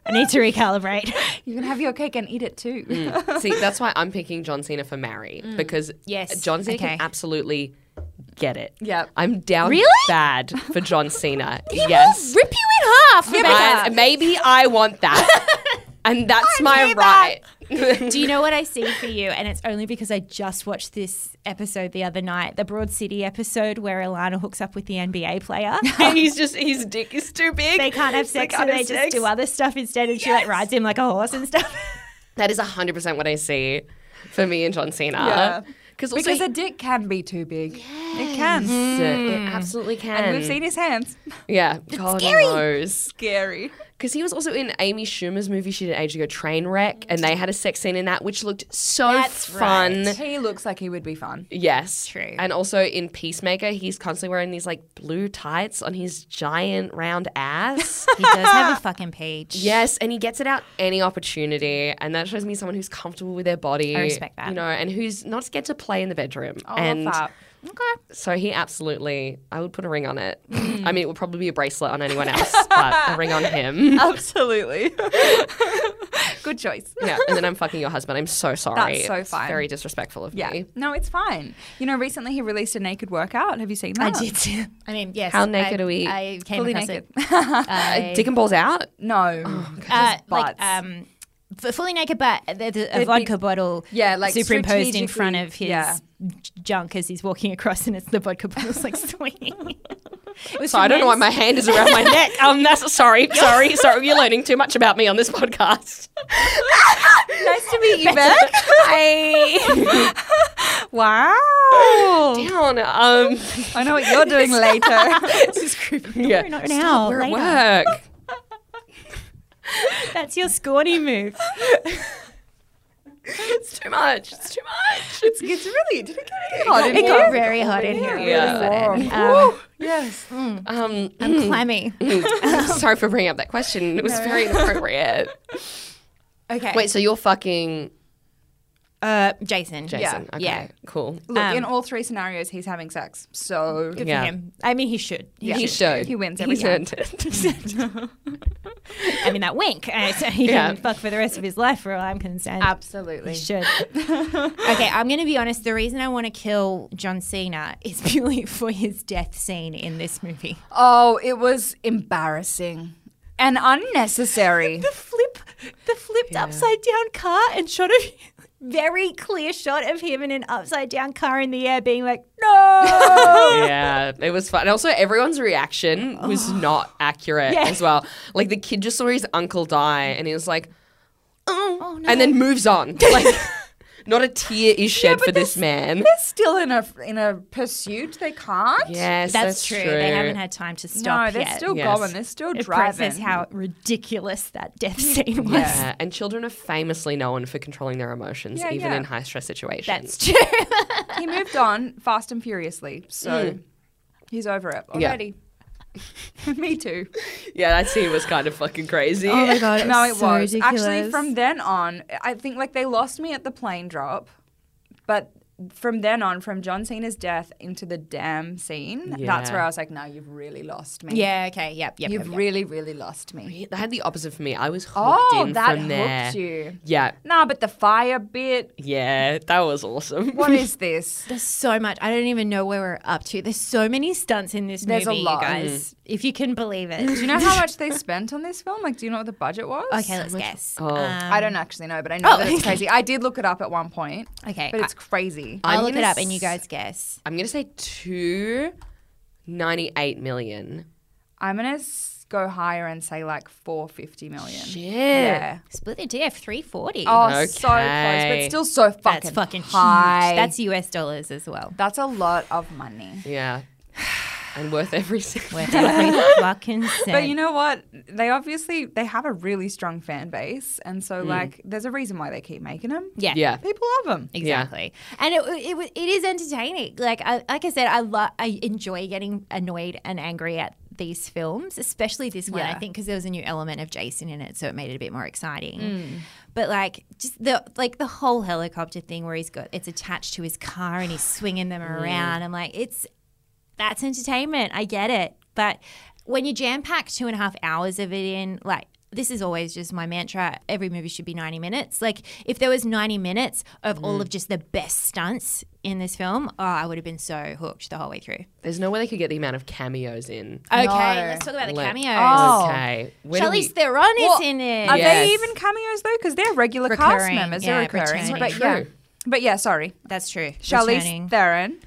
Speaker 6: I need to recalibrate.
Speaker 8: You can have your cake and eat it too.
Speaker 3: Mm. See, that's why I'm picking John Cena for marry because
Speaker 6: Mm. Yes,
Speaker 3: John Cena
Speaker 6: okay.
Speaker 3: can absolutely get it.
Speaker 8: Yep.
Speaker 3: I'm down
Speaker 6: Really?
Speaker 3: bad for John Cena. yes.
Speaker 6: Rip you in half,
Speaker 3: Ryan,
Speaker 6: Rebecca.
Speaker 3: maybe I want that. and that's my right.
Speaker 6: Do you know what I see for you? And it's only because I just watched this episode the other night, the Broad City episode where Alana hooks up with the NBA player.
Speaker 3: he's just his dick is too big.
Speaker 6: they can't have
Speaker 3: They
Speaker 6: sex, so
Speaker 3: can't
Speaker 6: they
Speaker 3: have
Speaker 6: just
Speaker 3: sex.
Speaker 6: do other stuff instead, and she like rides him like a horse and stuff.
Speaker 3: That is hundred percent what I see for me and John Cena.
Speaker 8: Yeah.
Speaker 3: Because also
Speaker 8: Because a dick can be too big. It can.
Speaker 3: it absolutely can.
Speaker 8: And we've seen his hands.
Speaker 3: yeah, God scary. knows.
Speaker 8: Scary.
Speaker 3: Because he was also in Amy Schumer's movie she did ages ago, Trainwreck, and they had a sex scene in that, which looked so fun.
Speaker 8: He looks like he would be fun.
Speaker 3: Yes.
Speaker 6: True.
Speaker 3: And also in Peacemaker, he's constantly wearing these like blue tights on his giant round ass.
Speaker 6: he does have a fucking peach.
Speaker 3: yes, and he gets it out any opportunity. And that shows me someone who's comfortable with their body. I
Speaker 6: respect that.
Speaker 3: You know, and who's not scared to play in the bedroom. Oh, and
Speaker 8: that.
Speaker 3: So he absolutely, I would put a ring on it. I mean, it would probably be a bracelet on anyone else, but a ring on him.
Speaker 8: Absolutely. Good choice.
Speaker 3: yeah, and then I'm fucking your husband. I'm so sorry.
Speaker 8: That's so
Speaker 3: It's
Speaker 8: fine.
Speaker 3: very disrespectful of
Speaker 8: Yeah.
Speaker 3: me.
Speaker 8: No, it's fine. You know, recently he released a naked workout. Have you seen
Speaker 6: I
Speaker 8: that?
Speaker 6: did. I mean, yes.
Speaker 3: How naked
Speaker 6: I,
Speaker 3: are we?
Speaker 6: I came
Speaker 8: Fully
Speaker 6: across
Speaker 8: naked.
Speaker 6: it.
Speaker 3: Uh, dick and balls out?
Speaker 8: No.
Speaker 6: Uh, like
Speaker 8: butts.
Speaker 6: um, f- fully naked, but the, the, a vodka bottle,
Speaker 8: yeah, like
Speaker 6: superimposed in
Speaker 8: strategically-
Speaker 6: front of his
Speaker 8: yeah.
Speaker 6: j- junk as he's walking across, and it's the vodka bottle's like swinging. it was
Speaker 3: So I don't know why
Speaker 6: tremendous.
Speaker 3: my hand is around my neck. Um, that's sorry, sorry, sorry. You're learning too much about me on this podcast.
Speaker 8: nice to meet you, Beck. wow.
Speaker 3: Down. Um,
Speaker 8: I know what you're doing later.
Speaker 3: this is creepy. Yeah.
Speaker 6: Not now.
Speaker 3: We're at
Speaker 6: later.
Speaker 3: work.
Speaker 6: That's your scrawny move.
Speaker 3: It's too much. It's too much. It's,
Speaker 8: it's really, did it get hot in
Speaker 6: It
Speaker 8: here?
Speaker 6: got very hot in here.
Speaker 3: yeah.
Speaker 8: Warm.
Speaker 6: Um,
Speaker 8: Yes.
Speaker 3: Um, hmm.
Speaker 6: I'm clammy.
Speaker 3: sorry for bringing up that question. It was very inappropriate.
Speaker 8: Okay.
Speaker 3: Wait, so you're fucking
Speaker 6: Uh, Jason.
Speaker 3: Jason? Okay,
Speaker 6: Yeah.
Speaker 3: cool.
Speaker 8: Look, in all three scenarios, he's having sex. So
Speaker 6: Good
Speaker 3: Yeah.
Speaker 6: for him. I mean, he should. He
Speaker 3: He
Speaker 6: should.
Speaker 3: should.
Speaker 8: He wins every
Speaker 3: He
Speaker 8: time.
Speaker 3: should.
Speaker 6: I mean, that wink. Uh, so he
Speaker 3: Yeah.
Speaker 6: can fuck for the rest of his life, for all I'm concerned.
Speaker 8: absolutely.
Speaker 6: should. okay, I'm going to be honest. The reason I want to kill John Cena is purely for his death scene in this movie.
Speaker 8: Oh, it was embarrassing and unnecessary.
Speaker 6: flip, the flipped upside down car and shot of very clear shot of him in an upside down car in the air, being like, "No!"
Speaker 3: yeah, it was fun. And also, everyone's reaction was not accurate
Speaker 6: Yeah.
Speaker 3: as well. Like the kid just saw his uncle die, and he was like, "Oh,", and then moves on. Like, not a tear is shed for this man.
Speaker 8: They're still in a in a pursuit. They can't.
Speaker 3: Yes, that's,
Speaker 6: That's, true. They haven't had time to stop
Speaker 8: no, they're
Speaker 6: yet.
Speaker 8: still
Speaker 3: Yes.
Speaker 8: going. They're still
Speaker 6: it
Speaker 8: driving.
Speaker 6: process how ridiculous that death scene was.
Speaker 3: Yeah, and children are famously known for controlling their emotions,
Speaker 8: Yeah,
Speaker 3: even
Speaker 8: yeah.
Speaker 3: in high stress situations.
Speaker 6: That's true.
Speaker 8: he moved on fast and furiously. So
Speaker 6: Mm.
Speaker 8: he's over it
Speaker 3: Yeah.
Speaker 8: already. Me too.
Speaker 3: yeah, that scene was kind of fucking crazy.
Speaker 6: my god,
Speaker 8: no, it was actually from then on. I think like they lost me at the plane drop, but from then on, from John Cena's death into the damn scene, that's
Speaker 3: Yeah.
Speaker 8: where I was like, no, you've really lost me.
Speaker 6: yeah. Okay. Yep. Yep.
Speaker 8: you've
Speaker 6: yep, yep.
Speaker 8: really, really lost me.
Speaker 3: That had the opposite for me. I was hooked
Speaker 8: Oh,
Speaker 3: in
Speaker 8: that
Speaker 3: from there.
Speaker 8: hooked you.
Speaker 3: Yeah,
Speaker 8: Nah, but the fire bit.
Speaker 3: yeah, that was awesome.
Speaker 8: What is this?
Speaker 6: There's so much. I don't even know where we're up to. There's so many stunts in this
Speaker 8: There's a
Speaker 6: movie,
Speaker 8: lot.
Speaker 6: you guys. If you can believe it.
Speaker 8: Do you know how much they spent on this film? Like, do you know what the budget was? Oh,
Speaker 6: Okay, let's guess. Um,
Speaker 3: Oh.
Speaker 8: I don't actually know, but I know that it's crazy. I did look it up at one point,
Speaker 6: Okay,
Speaker 8: but it's crazy.
Speaker 3: I'm
Speaker 6: I'll look it
Speaker 3: gonna
Speaker 6: up and you guys guess.
Speaker 3: I'm gonna say two ninety-eight million.
Speaker 8: I'm gonna s- go higher and say like 450 million.
Speaker 3: Yeah.
Speaker 8: Yeah.
Speaker 6: Split the DF 340.
Speaker 8: Oh, so close, but
Speaker 3: Okay.
Speaker 8: still so fucking
Speaker 6: that's fucking
Speaker 8: high.
Speaker 6: huge. That's US dollars as well.
Speaker 8: That's a lot of money.
Speaker 3: Yeah. And worth every cent.
Speaker 6: Worth every fucking cent.
Speaker 8: But you know what? They obviously they have a really strong fan base, and so like there's a reason why they keep making them.
Speaker 6: Mm. yeah.
Speaker 3: Yeah.
Speaker 8: People love them.
Speaker 6: Exactly, and it, it wa- it is entertaining. Like I, like I said, I love I enjoy getting annoyed and angry at these films, especially this one. I think because there was a new element of Jason in it, so it made it a bit more exciting. But like just the like the whole helicopter thing where he's got it's attached to his car and he's swinging them around. I'm like, it's that's entertainment. I get it, but when you jam pack two and a half hours of it in, like this is always just my mantra. Every movie should be 90 minutes. Like, if there was 90 minutes of all
Speaker 8: Mm.
Speaker 6: of just the best stunts in this film, oh, I would have been so hooked the whole way through.
Speaker 3: There's no way they could get the amount of cameos in.
Speaker 6: Okay, let's talk about the
Speaker 3: Like,
Speaker 6: cameos.
Speaker 3: Okay. Where do
Speaker 6: Charlize
Speaker 3: we-
Speaker 6: Theron is
Speaker 8: Oh. Well,
Speaker 6: in it.
Speaker 8: Are
Speaker 3: Yes.
Speaker 8: they even cameos though? Because they're regular cast
Speaker 6: Recurring,
Speaker 8: members.
Speaker 6: yeah,
Speaker 8: they're recurring.
Speaker 6: returning.
Speaker 8: But yeah,
Speaker 3: True.
Speaker 8: but yeah. Sorry,
Speaker 6: That's true.
Speaker 8: Charlize
Speaker 6: Returning. Mm.
Speaker 8: Theron.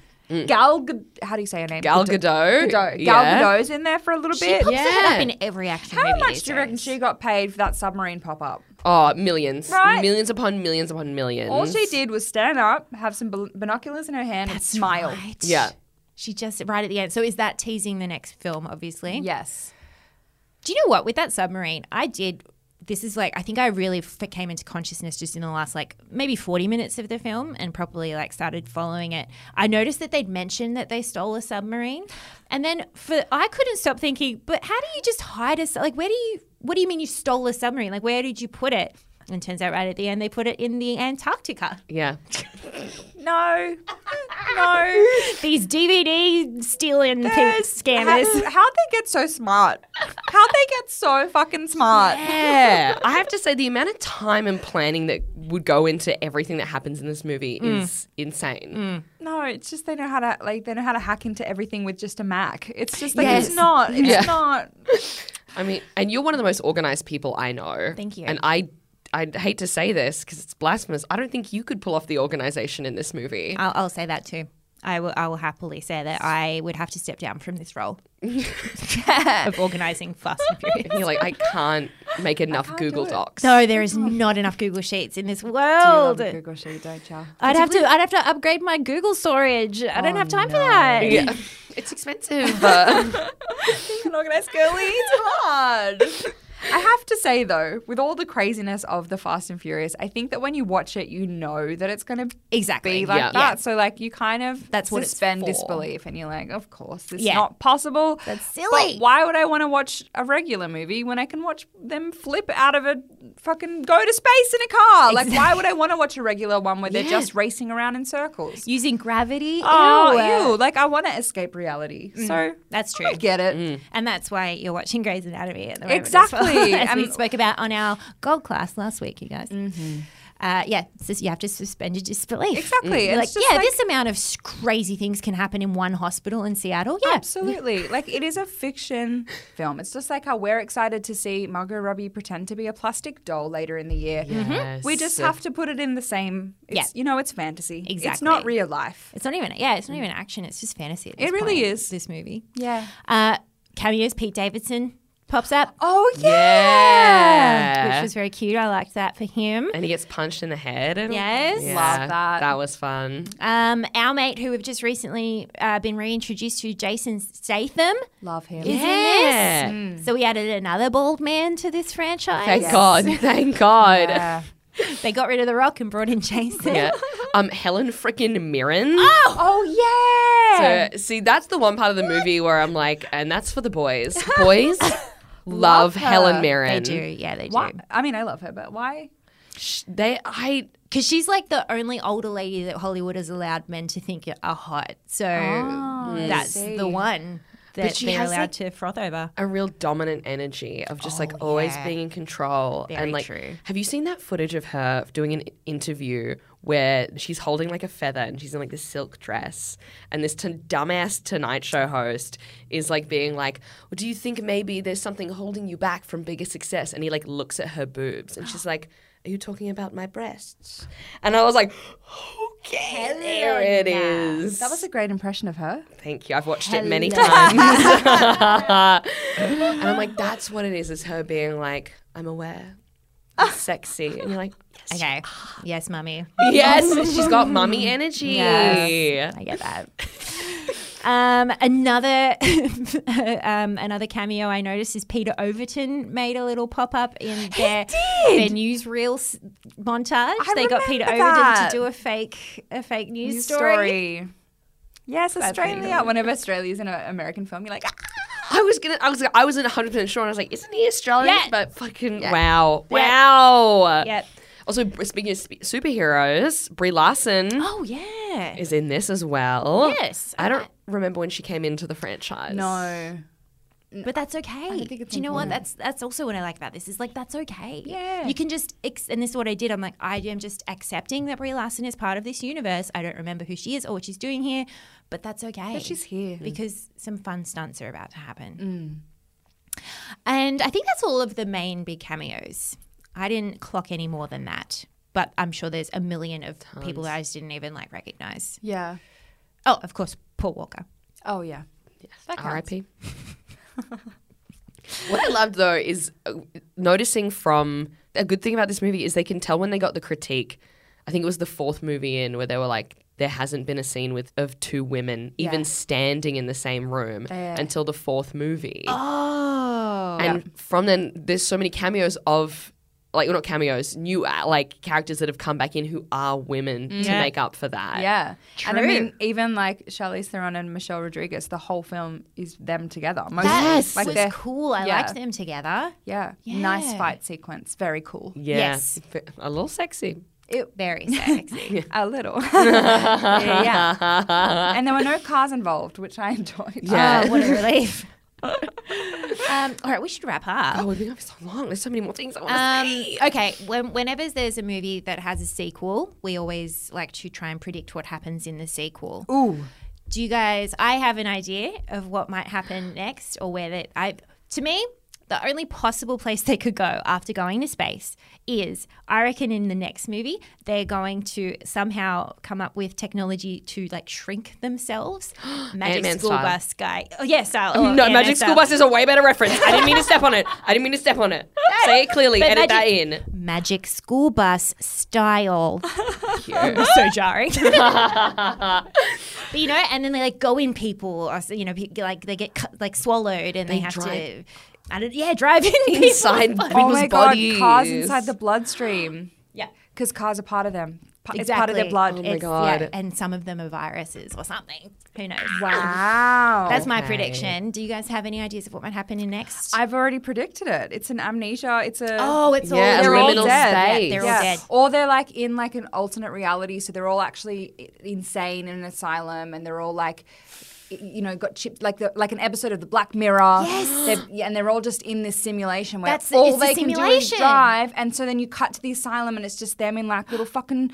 Speaker 8: Gal, Gad- how do you say her name?
Speaker 3: Gal Gadot.
Speaker 8: Gadot. Gal
Speaker 3: Yeah.
Speaker 8: Gadot's in there for a little
Speaker 6: She
Speaker 8: bit.
Speaker 6: pops her head
Speaker 3: Yeah.
Speaker 6: up in every action
Speaker 8: How
Speaker 6: movie
Speaker 8: much
Speaker 6: these
Speaker 8: do you reckon
Speaker 6: days.
Speaker 8: she got paid for that submarine pop up?
Speaker 3: Oh, millions.
Speaker 8: Right?
Speaker 3: Millions upon millions upon millions.
Speaker 8: All she did was stand up, have some bel- binoculars in her hand, and smile.
Speaker 6: Right.
Speaker 3: Yeah.
Speaker 6: She just right at the end. So is that teasing the next film? Obviously.
Speaker 8: Yes.
Speaker 6: Do you know what? With that submarine, I did. This is like I think I really f- came into consciousness just in the last like maybe forty minutes of the film, and probably like started following it. I noticed that they'd mentioned that they stole a submarine, and then for I couldn't stop thinking, but how do you just hide a su- like? Where do you? What do you mean you stole a submarine? Like where did you put it? And turns out right at the end they put it in the Antarctica.
Speaker 3: Yeah.
Speaker 8: No. no.
Speaker 6: These DVD stealing pink scammers.
Speaker 8: How, how'd they get so smart? How'd they get so fucking smart?
Speaker 3: Yeah. I have to say, the amount of time and planning that would go into everything that happens in this movie
Speaker 8: Mm.
Speaker 3: is insane.
Speaker 8: No, it's just they know how to like they know how to hack into everything with just a Mac. It's just like
Speaker 6: Yes.
Speaker 8: it's not. It's
Speaker 3: Yeah.
Speaker 8: not.
Speaker 3: I mean, and you're one of the most organized people I know.
Speaker 6: Thank you.
Speaker 3: And I. I hate to say this because it's blasphemous. I don't think you could pull off the organization in this movie.
Speaker 6: I'll, I'll say that too. I will, I will happily say that I would have to step down from this role of organising Fast and Furious.
Speaker 3: You're like, I can't make enough Google Docs.
Speaker 6: No, there is not enough Google Sheets in this world.
Speaker 8: Google Sheet, don't you?
Speaker 6: I'd have to, I'd have to upgrade my Google storage. I don't have
Speaker 8: Oh,
Speaker 6: time for that.
Speaker 3: Yeah. It's expensive. but
Speaker 8: An organized girly. It's hard. I have to say though, with all the craziness of the Fast and Furious, I think that when you watch it, you know that it's going to
Speaker 6: Exactly.
Speaker 8: be like
Speaker 3: Yeah.
Speaker 8: that. So like you kind of
Speaker 6: That's what it's
Speaker 8: suspend
Speaker 6: for.
Speaker 8: disbelief, and you're like, of course, this
Speaker 6: Yeah.
Speaker 8: is not possible.
Speaker 6: That's
Speaker 8: But
Speaker 6: silly.
Speaker 8: why would I want to watch a regular movie when I can watch them flip out of a fucking go to space in a car? Like why would I want to watch a regular one where they're just racing around in circles?
Speaker 6: Using gravity.
Speaker 8: oh, ew. Like I want to escape reality. So
Speaker 6: That's true.
Speaker 8: I get it.
Speaker 6: And that's why you're watching Grey's Anatomy at the moment. As, well, as we
Speaker 8: Exactly. And- Mm-hmm.
Speaker 6: spoke about on our gold class last week, you guys. Uh, yeah, it's just- you have to suspend your disbelief.
Speaker 8: Exactly.
Speaker 6: You're like,
Speaker 8: It's just
Speaker 6: yeah,
Speaker 8: Mm. like-
Speaker 6: this amount of s- crazy things can happen in one hospital in Seattle. Yeah.
Speaker 8: Absolutely. Like it is a fiction film. It's just like how we're excited to see Margot Robbie pretend to be a plastic doll later in the year. We just have to put it in the same it's
Speaker 6: Yeah.
Speaker 8: you know, it's fantasy. It's
Speaker 6: Exactly.
Speaker 8: not real life.
Speaker 6: It's not even, yeah, it's not even action. It's just fantasy. At this
Speaker 8: Mm. It really
Speaker 6: point,
Speaker 8: is.
Speaker 6: This movie.
Speaker 8: Yeah.
Speaker 6: Uh, cameos, Pete Davidson pops up,
Speaker 8: Oh yeah.
Speaker 3: yeah.
Speaker 6: which was very cute. I liked that for him.
Speaker 3: and he gets punched in the head. and-
Speaker 6: Yes.
Speaker 3: Love that. That was fun.
Speaker 6: Um, our mate, who we've just recently uh, been reintroduced to, Jason Statham.
Speaker 8: Love him.
Speaker 6: is
Speaker 3: Yeah.
Speaker 6: in this. So we added another bald man to this franchise.
Speaker 3: Thank God. Thank God. Yeah.
Speaker 8: Yeah.
Speaker 6: They got rid of The Rock and brought in Jason.
Speaker 3: Um, Helen freaking Mirren.
Speaker 6: Ah!
Speaker 8: Oh yeah.
Speaker 3: So, see, that's the one part of the movie where I'm like, and that's for the boys. Boys love Helen
Speaker 6: They
Speaker 3: Mirren.
Speaker 6: do, yeah, they
Speaker 8: Why-
Speaker 6: do.
Speaker 8: I mean, I love her, but why?
Speaker 3: They, I,
Speaker 6: Because she's like the only older lady that Hollywood has allowed men to think are hot. So that's
Speaker 8: see.
Speaker 6: the one that
Speaker 3: she
Speaker 6: they're
Speaker 3: has,
Speaker 6: allowed
Speaker 3: like-
Speaker 6: to froth over.
Speaker 3: a real dominant energy of just
Speaker 8: Oh,
Speaker 3: like always being in control
Speaker 6: Very
Speaker 3: and like
Speaker 6: true.
Speaker 3: have you seen that footage of her doing an interview where she's holding like a feather and she's in like this silk dress and this t- dumbass tonight show host is like being like well, do you think maybe there's something holding you back from bigger success and he like looks at her boobs and she's like are you talking about my breasts and i was like okay there it is
Speaker 8: That was a great impression of her.
Speaker 3: Thank you. I've watched it many times. and I'm like, that's what it is, is her being like, I'm aware. I'm sexy. And you're like, yes.
Speaker 6: Okay. Yes, mummy.
Speaker 3: Yes, she's got mummy energy.
Speaker 6: I get that. Um, another um, another cameo I noticed is Peter Overton made a little pop up in their their newsreel s- montage. they got Peter
Speaker 8: remember
Speaker 6: Overton to
Speaker 8: that.
Speaker 6: do a fake a fake news,
Speaker 8: His
Speaker 6: story.
Speaker 8: story. Yes, Australia. Whenever Australia's in an American film, you're like, "Ah."
Speaker 3: I was gonna I was I wasn't hundred percent sure and I was like, isn't he Australian?
Speaker 6: Yeah.
Speaker 3: But fucking wow. Wow.
Speaker 6: Yep.
Speaker 3: Also speaking of sp- superheroes, Brie Larson
Speaker 6: Oh yeah.
Speaker 3: is in this as well.
Speaker 6: Yes.
Speaker 3: I don't remember when she came into the franchise.
Speaker 8: no.
Speaker 6: But that's okay. Do you know what? That's that's also what I like about this. Is like that's okay. Yeah. You can just ex- and this is what I did. I'm like I am just accepting that Brie Larson is part of this universe. I don't remember who she is or what she's doing here, but that's okay. But
Speaker 8: she's here.
Speaker 6: because some fun stunts are about to happen.
Speaker 8: Mm.
Speaker 6: And I think that's all of the main big cameos. I didn't clock any more than that. But I'm sure there's a million of people that I just didn't even like recognize.
Speaker 8: Yeah.
Speaker 6: Oh, of course, Paul Walker.
Speaker 8: Oh yeah.
Speaker 3: R.I.P. what I loved though is uh, noticing from a good thing about this movie is they can tell when they got the critique. I think it was the fourth movie in where they were like, there hasn't been a scene with of two women even standing in the same room until the fourth movie. Oh, and from then there's so many cameos of. Like well, not cameos, new uh, like characters that have come back in who are women to make up for that.
Speaker 8: Yeah. And I mean, even like Charlize Theron and Michelle Rodriguez, the whole film is them together. Most,
Speaker 6: Yes.
Speaker 8: like
Speaker 6: was
Speaker 8: they're-
Speaker 6: cool. I
Speaker 8: yeah.
Speaker 6: liked them together.
Speaker 8: Yeah. Nice fight sequence. Very cool.
Speaker 3: Yeah,
Speaker 6: Yes.
Speaker 3: a little sexy.
Speaker 6: It very sexy.
Speaker 8: A little. yeah, yeah. And there were no cars involved, which I enjoyed.
Speaker 6: Oh, what a relief. um, all right, we should wrap up.
Speaker 3: Oh, we've been going for so long. There's so many more things I want to
Speaker 6: Um, okay, when, whenever there's a movie that has a sequel, we always like to try and predict what happens in the sequel. Ooh. Do you guys? I have an idea of what might happen next, or where that I. To me, the only possible place they could go after going to space is, I reckon, in the next movie they're going to somehow come up with technology to like shrink themselves. Magic
Speaker 3: Ant-Man
Speaker 6: school
Speaker 3: style.
Speaker 6: bus guy. Oh, yeah, style. Oh,
Speaker 3: No,
Speaker 6: Ant-Man
Speaker 3: Magic School
Speaker 6: style.
Speaker 3: Bus is a way better reference. I didn't mean to step on it. I didn't mean to step on it. Say it clearly.
Speaker 6: But
Speaker 3: Edit that
Speaker 6: Magic-
Speaker 3: in.
Speaker 6: Magic school bus style.
Speaker 3: Cute.
Speaker 6: so jarring. but you know, and then they like go in people, or so- you know, pe- like they get cut, like swallowed, and they, have to.
Speaker 3: drive-
Speaker 6: I don't, yeah, drive in people.
Speaker 3: Inside people's
Speaker 8: Oh my god,
Speaker 3: bodies.
Speaker 8: cars inside the bloodstream.
Speaker 6: Yeah.
Speaker 8: Because cars are part of them. Pa- It's part of their
Speaker 6: Exactly. Oh
Speaker 8: blood.
Speaker 3: Oh my
Speaker 6: It's-
Speaker 3: God.
Speaker 6: yeah, and some of them are viruses or something. Who knows?
Speaker 8: Wow.
Speaker 6: That's my prediction. Do you guys have any ideas of what might happen in next?
Speaker 8: I've already predicted it. It's an amnesia. It's a
Speaker 6: oh, it's
Speaker 3: Yeah,
Speaker 6: all
Speaker 3: a
Speaker 6: they're all
Speaker 3: liminal
Speaker 6: dead. Yeah,
Speaker 3: space.
Speaker 6: they're
Speaker 8: Yeah.
Speaker 6: all dead.
Speaker 8: Or they're like in like an alternate reality, so they're all actually i- insane in an asylum, and they're all like, i- you know, got chipped like the, like an episode of The Black Mirror. Yes. They're, yeah, and they're all just in this simulation where
Speaker 6: That's-
Speaker 8: all
Speaker 6: it's a
Speaker 8: they can do is
Speaker 6: simulation.
Speaker 8: drive, and so then you cut to the asylum, and it's just them in like little fucking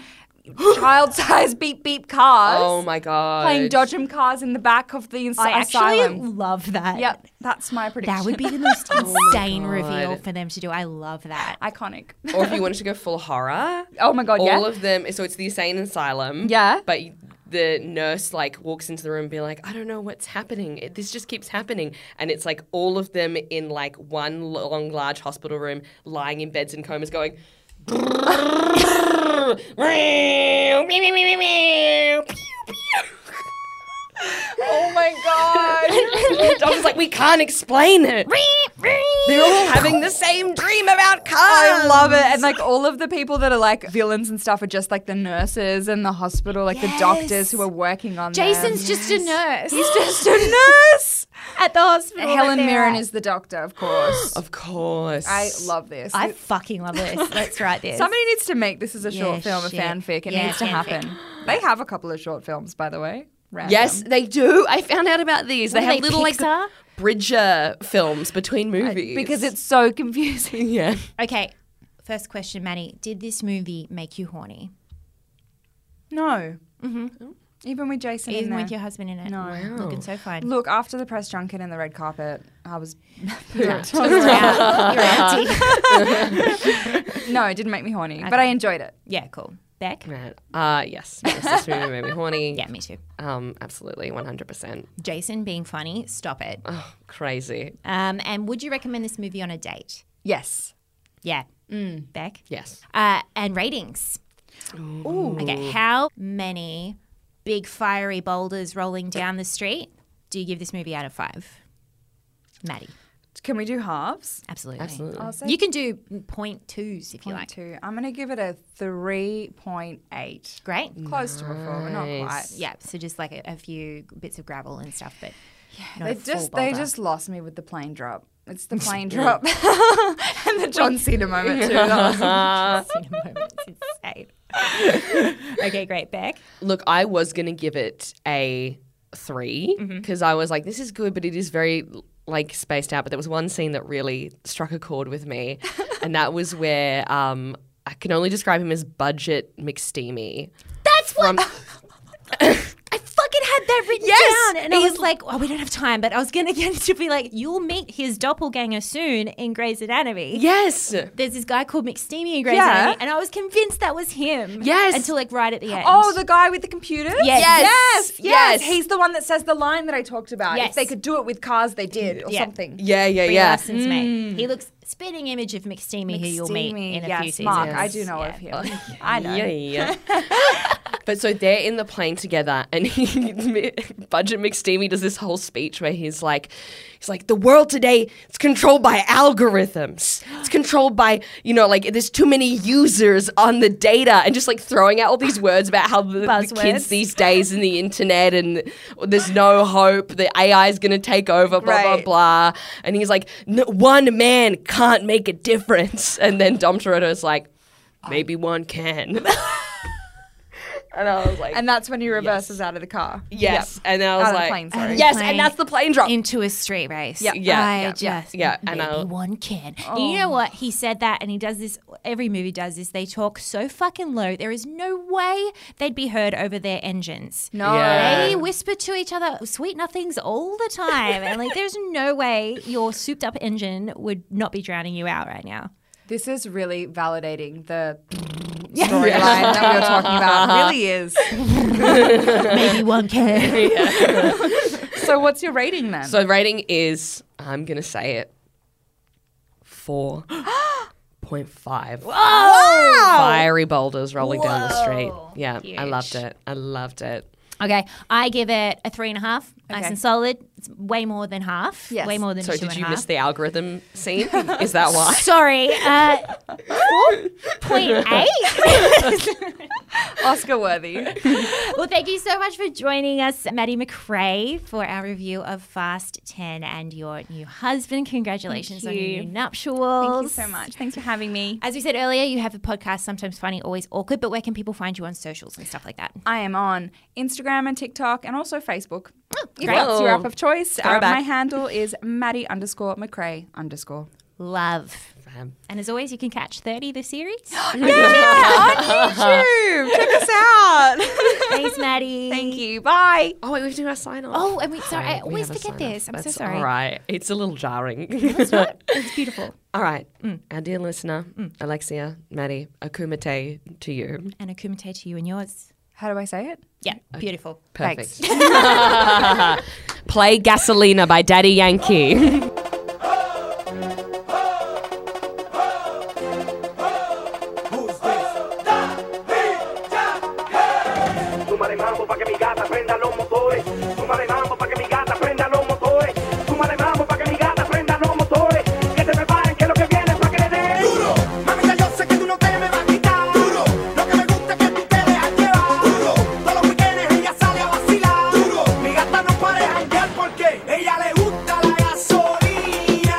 Speaker 8: child-sized beep beep cars.
Speaker 3: Oh my god.
Speaker 8: Playing dodgem cars in the back of the ins-
Speaker 6: I actually
Speaker 8: asylum.
Speaker 6: love that.
Speaker 8: Yep, that's my prediction.
Speaker 6: That would be the most
Speaker 8: Oh
Speaker 6: insane reveal for them to do. I love that.
Speaker 8: iconic.
Speaker 3: Or if you wanted to go full horror.
Speaker 8: Oh my god,
Speaker 3: all
Speaker 8: yeah.
Speaker 3: of them. So it's the insane asylum.
Speaker 8: Yeah.
Speaker 3: But you- the nurse like walks into the room, being like, "I don't know what's happening. It, this just keeps happening." And it's like all of them in like one long, large hospital room, lying in beds and comas, going.
Speaker 8: oh my god.
Speaker 3: I was like, we can't explain it. They're all having the same dream about cars.
Speaker 8: I love it. And like all of the people that are like villains and stuff are just like the nurses and the hospital, like the doctors who are working on
Speaker 6: Jason's
Speaker 8: them.
Speaker 6: just a nurse.
Speaker 8: He's just a nurse.
Speaker 6: at the hospital.
Speaker 8: Helen Mirren
Speaker 6: is.
Speaker 8: is the doctor, of course.
Speaker 3: Of course.
Speaker 8: I love this.
Speaker 6: I fucking love this. Let's write this.
Speaker 8: Somebody needs to make this as a short
Speaker 6: Yeah,
Speaker 8: film, a
Speaker 6: shit.
Speaker 8: fanfic. It
Speaker 6: Yeah,
Speaker 8: needs to
Speaker 6: fanfic.
Speaker 8: happen. They have a couple of short films, by the way. Random.
Speaker 3: Yes, they do. I found out about these. they
Speaker 6: What are
Speaker 3: have
Speaker 6: they,
Speaker 3: little
Speaker 6: Pixar?
Speaker 3: like Bridger films between movies
Speaker 8: Because it's so confusing.
Speaker 3: yeah.
Speaker 6: okay. First question, Manny. Did this movie make you horny?
Speaker 8: No. Mm-hmm. Even with Jason in
Speaker 6: Oh. Even
Speaker 8: there.
Speaker 6: with your husband in it? No. Looking so fine.
Speaker 8: Look, after the press junket and the red carpet, I was
Speaker 6: You're out. You're out.
Speaker 8: No, it didn't make me horny, but I enjoyed it.
Speaker 6: yeah, cool. Beck?
Speaker 3: Right. Uh, yes. yes. This movie made me horny.
Speaker 6: Yeah, me too.
Speaker 3: Um, absolutely. 100%.
Speaker 6: Jason being funny, stop it.
Speaker 3: Crazy.
Speaker 6: Um, and would you recommend this movie on a date?
Speaker 8: Yes.
Speaker 6: Yeah.
Speaker 8: Mm.
Speaker 6: Beck?
Speaker 3: Yes.
Speaker 6: Uh, and ratings. Okay, how many big fiery boulders rolling down the street do you give this movie out of five? Maddie,
Speaker 8: Can we do halves?
Speaker 6: absolutely.
Speaker 8: I'll say
Speaker 6: You can do point twos if you like.
Speaker 8: two. I'm going to give it a 3.8.
Speaker 6: Great.
Speaker 8: Close to a 4, but not quite.
Speaker 6: Yeah, so just like a, a few bits of gravel and stuff, but yeah,
Speaker 8: They just they just lost me with the plane drop. It's the plane drop. and the John Cena moment too. That was-
Speaker 6: Uh. okay, great, Beck.
Speaker 3: Look, I was going to give it a three because I was like, this is good, but it is very like spaced out, but there was one scene that really struck a chord with me, and that was where um, I can only describe him as budget McSteamy.
Speaker 6: That's
Speaker 3: From-
Speaker 6: what I fucking had that written
Speaker 3: Yes!
Speaker 6: down, and I was like, "Oh, we don't have time," but I was gonna get it to be like, "You'll meet his doppelganger soon in Grey's Anatomy."
Speaker 3: Yes.
Speaker 6: There's this guy called McSteamy in Grey's
Speaker 8: Yeah.
Speaker 6: Anatomy, and I was convinced that was him.
Speaker 3: Yes.
Speaker 6: until like right at the end.
Speaker 8: Oh, the guy with the computer?
Speaker 6: Yes.
Speaker 8: Yes.
Speaker 3: Yes.
Speaker 8: Yes. He's the one that says the line that I talked about.
Speaker 6: Yes.
Speaker 8: If they could do it with cars, they did, or
Speaker 6: Yeah.
Speaker 8: something.
Speaker 3: Yeah, yeah,
Speaker 6: Brie
Speaker 3: yeah.
Speaker 6: Larson's mate. He looks spitting image of McSteamy, who you'll meet
Speaker 8: Steamy.
Speaker 6: in a
Speaker 8: Mm. yes,
Speaker 6: few seasons.
Speaker 8: Mark, I do know of him. I know.
Speaker 3: Mm, Yeah, yeah. but so they're in the plane together, and he, Budget McSteamy does this whole speech where he's like, he's like, the world today it's controlled by algorithms. It's controlled by you know like there's too many users on the data, and just like throwing out all these words about how the, the kids
Speaker 6: Buzzwords.
Speaker 3: these days and the internet and there's no hope. The AI is gonna take over. Blah
Speaker 8: Right.
Speaker 3: blah blah. And he's like, "N- one man can't make a difference. And then Dom Toretto's like. Maybe one can. Um, And I was like,
Speaker 8: And that's when he reverses out of the car.
Speaker 3: yes. And I was
Speaker 8: Out of the
Speaker 3: like,
Speaker 8: plane, sorry.
Speaker 3: yes.
Speaker 6: Plane.
Speaker 3: And that's the plane drop.
Speaker 6: into a street race.
Speaker 3: Yeah, yeah,
Speaker 6: I
Speaker 3: yeah,
Speaker 6: just
Speaker 3: yeah, yeah, and
Speaker 6: maybe
Speaker 3: I'll- Oh.
Speaker 6: one kid. And you know what? He said that, and he does this. Every movie does this. They talk so fucking low. There is no way they'd be heard over their engines.
Speaker 8: No.
Speaker 3: Yeah.
Speaker 6: They whisper to each other sweet nothings all the time, and like, there's no way your souped up engine would not be drowning you out right now.
Speaker 8: This is really validating the storyline that we were talking about. It really is.
Speaker 6: Maybe one kid.
Speaker 8: So what's your rating then?
Speaker 3: So rating is, I'm gonna say it, four point five. Fiery boulders rolling down the street. Yeah, I loved it. I loved it.
Speaker 6: okay, I give it a three and a half. Nice
Speaker 8: Okay.
Speaker 6: and solid. It's way more than half. Yes. Way more than
Speaker 3: So
Speaker 6: two
Speaker 3: did
Speaker 6: and
Speaker 3: you
Speaker 6: a
Speaker 3: miss
Speaker 6: half.
Speaker 3: the algorithm scene? is that why?
Speaker 6: Sorry, uh, point eight.
Speaker 8: Oscar worthy.
Speaker 6: well, thank you so much for joining us, Maddie McRae, for our review of Fast Ten and your new husband. Congratulations on your new nuptials!
Speaker 5: Thank you so much. Thanks for having me.
Speaker 6: As we said earlier, you have a podcast, sometimes funny, always awkward. But where can people find you on socials and stuff like that?
Speaker 8: I am on Instagram and TikTok and also Facebook. If
Speaker 6: great.
Speaker 8: that's your app of choice. Uh,
Speaker 3: Throwback.
Speaker 8: my handle is Maddie underscore McRae underscore.
Speaker 6: Love.
Speaker 3: Fam.
Speaker 6: And as always, you can catch Thirty the series.
Speaker 8: YouTube. Check us out.
Speaker 6: Thanks, Maddie.
Speaker 8: Thank you. Bye.
Speaker 3: Oh wait, we have to do our sign off.
Speaker 6: Oh, and we sorry, I
Speaker 3: We
Speaker 6: always
Speaker 3: have a
Speaker 6: forget
Speaker 3: sign-off.
Speaker 6: this. I'm so
Speaker 3: That's
Speaker 6: sorry.
Speaker 3: All right, it's a little jarring.
Speaker 6: It's beautiful.
Speaker 3: All right, our dear listener, Alexia, Maddie, akumite to you.
Speaker 6: And a kumite to you and yours.
Speaker 8: How do I say it?
Speaker 6: Yeah, beautiful.
Speaker 3: Perfect. Play Gasolina by Daddy Yankee.
Speaker 10: Súmale mambo pa' que mi gata prenda los motores. Súmale mambo pa' que mi gata prenda los motores. Súmale mambo pa' que mi gata prenda los motores. Que se preparen que lo que viene es pa' que le den. Duro. Mami, ya yo sé que tú no te me vas a quitar. Duro. Lo que me gusta es que tú te dejas llevar. Duro. Todos los weekends ella sale a vacilar. Duro. Mi gata no para de janguear porque ella le gusta la gasolina.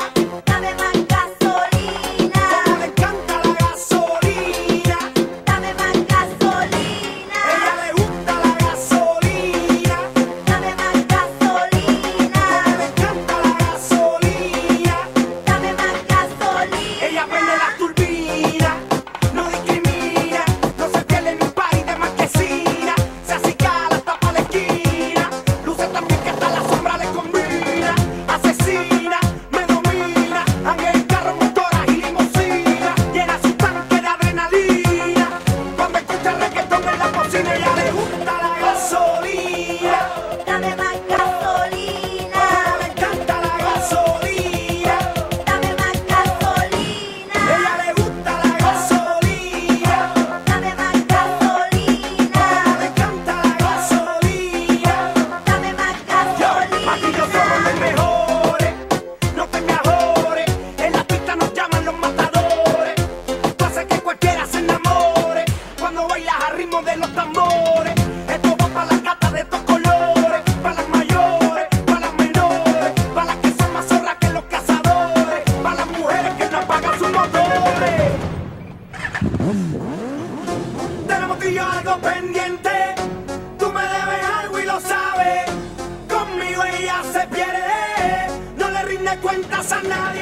Speaker 10: le cuentas a nadie.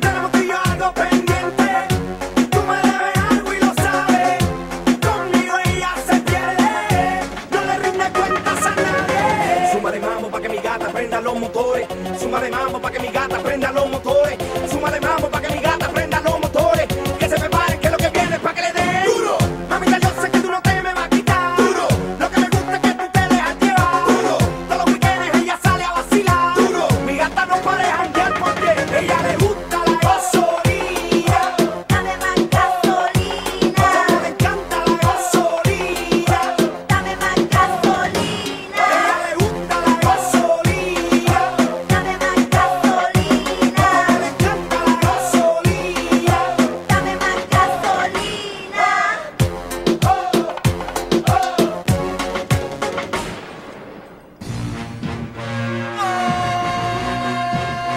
Speaker 10: Tenemos tú y yo algo pendiente. Tú me debes algo y lo sabes. Conmigo ella se pierde. No le rinde cuentas a nadie. Suma de mambo para que mi gata prenda los motores. Suma de mambo para que mi gata prenda los motores. Suma de mambo para que mi gata prenda los motores. Que se preparen que lo que viene es para que le den duro. Mamita, yo sé que tú no te me vas a quitar. Duro. Lo que me gusta es que tú te dejas llevar. Duro. Todos los weekends ella sale a vacilar. Duro. Mi gata no para de janguear porque ella le gusta la gasolina. Dame más gasolina. Como le encanta la gasolina. Dame más gasolina. Ella le gusta la gasolina. Dame más gasolina. Como le encanta la gasolina. Dame más gasolina.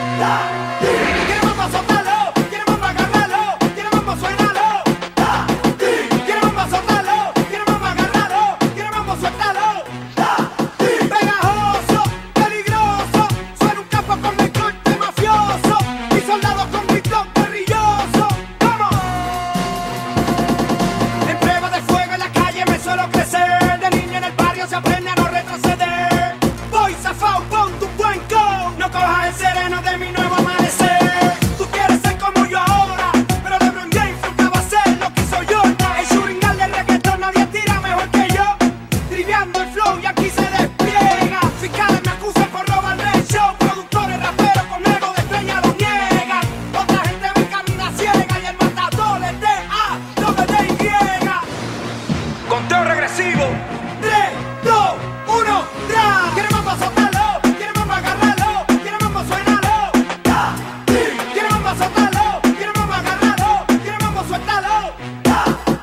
Speaker 10: Quiere mamá soltalo, quiere mamá agarralo, quiere mamá suénalo. Da, di. Quiere mamá soltalo, quiere mamá agarralo, quiere mamá suéltalo. Da, di. Pegajoso, peligroso, suena un capo con mi corte mafioso y soldado con mi ton guerrilloso. ¡Vamos! En prueba de fuego en la calle me suelo crecer, de niño en el barrio se aprende a no retroceder. Voy zafao, pon tu buen go, no cojas el sereno de mi nuevo amanecer. Tú quieres ser como yo ahora, pero de Bron James nunca va a ser lo que soy yo. El churingal del reggaetón nadie tira mejor que yo, triviando el flow y aquí se despliega. Fiscales me acusan por robar el show, productores, raperos con ego de estrella lo niegan. Otra gente me camina ciega y el matador es de A, doble de Y. Conteo regresivo. 3, 2, 1, tra. Quiere mamá soltalo, quiere mamá agarralo, quiere mamá suénalo. Ta, ti. Quiere mamá soltalo, quiere mamá agarralo, quiere mamá suéltalo. Ta,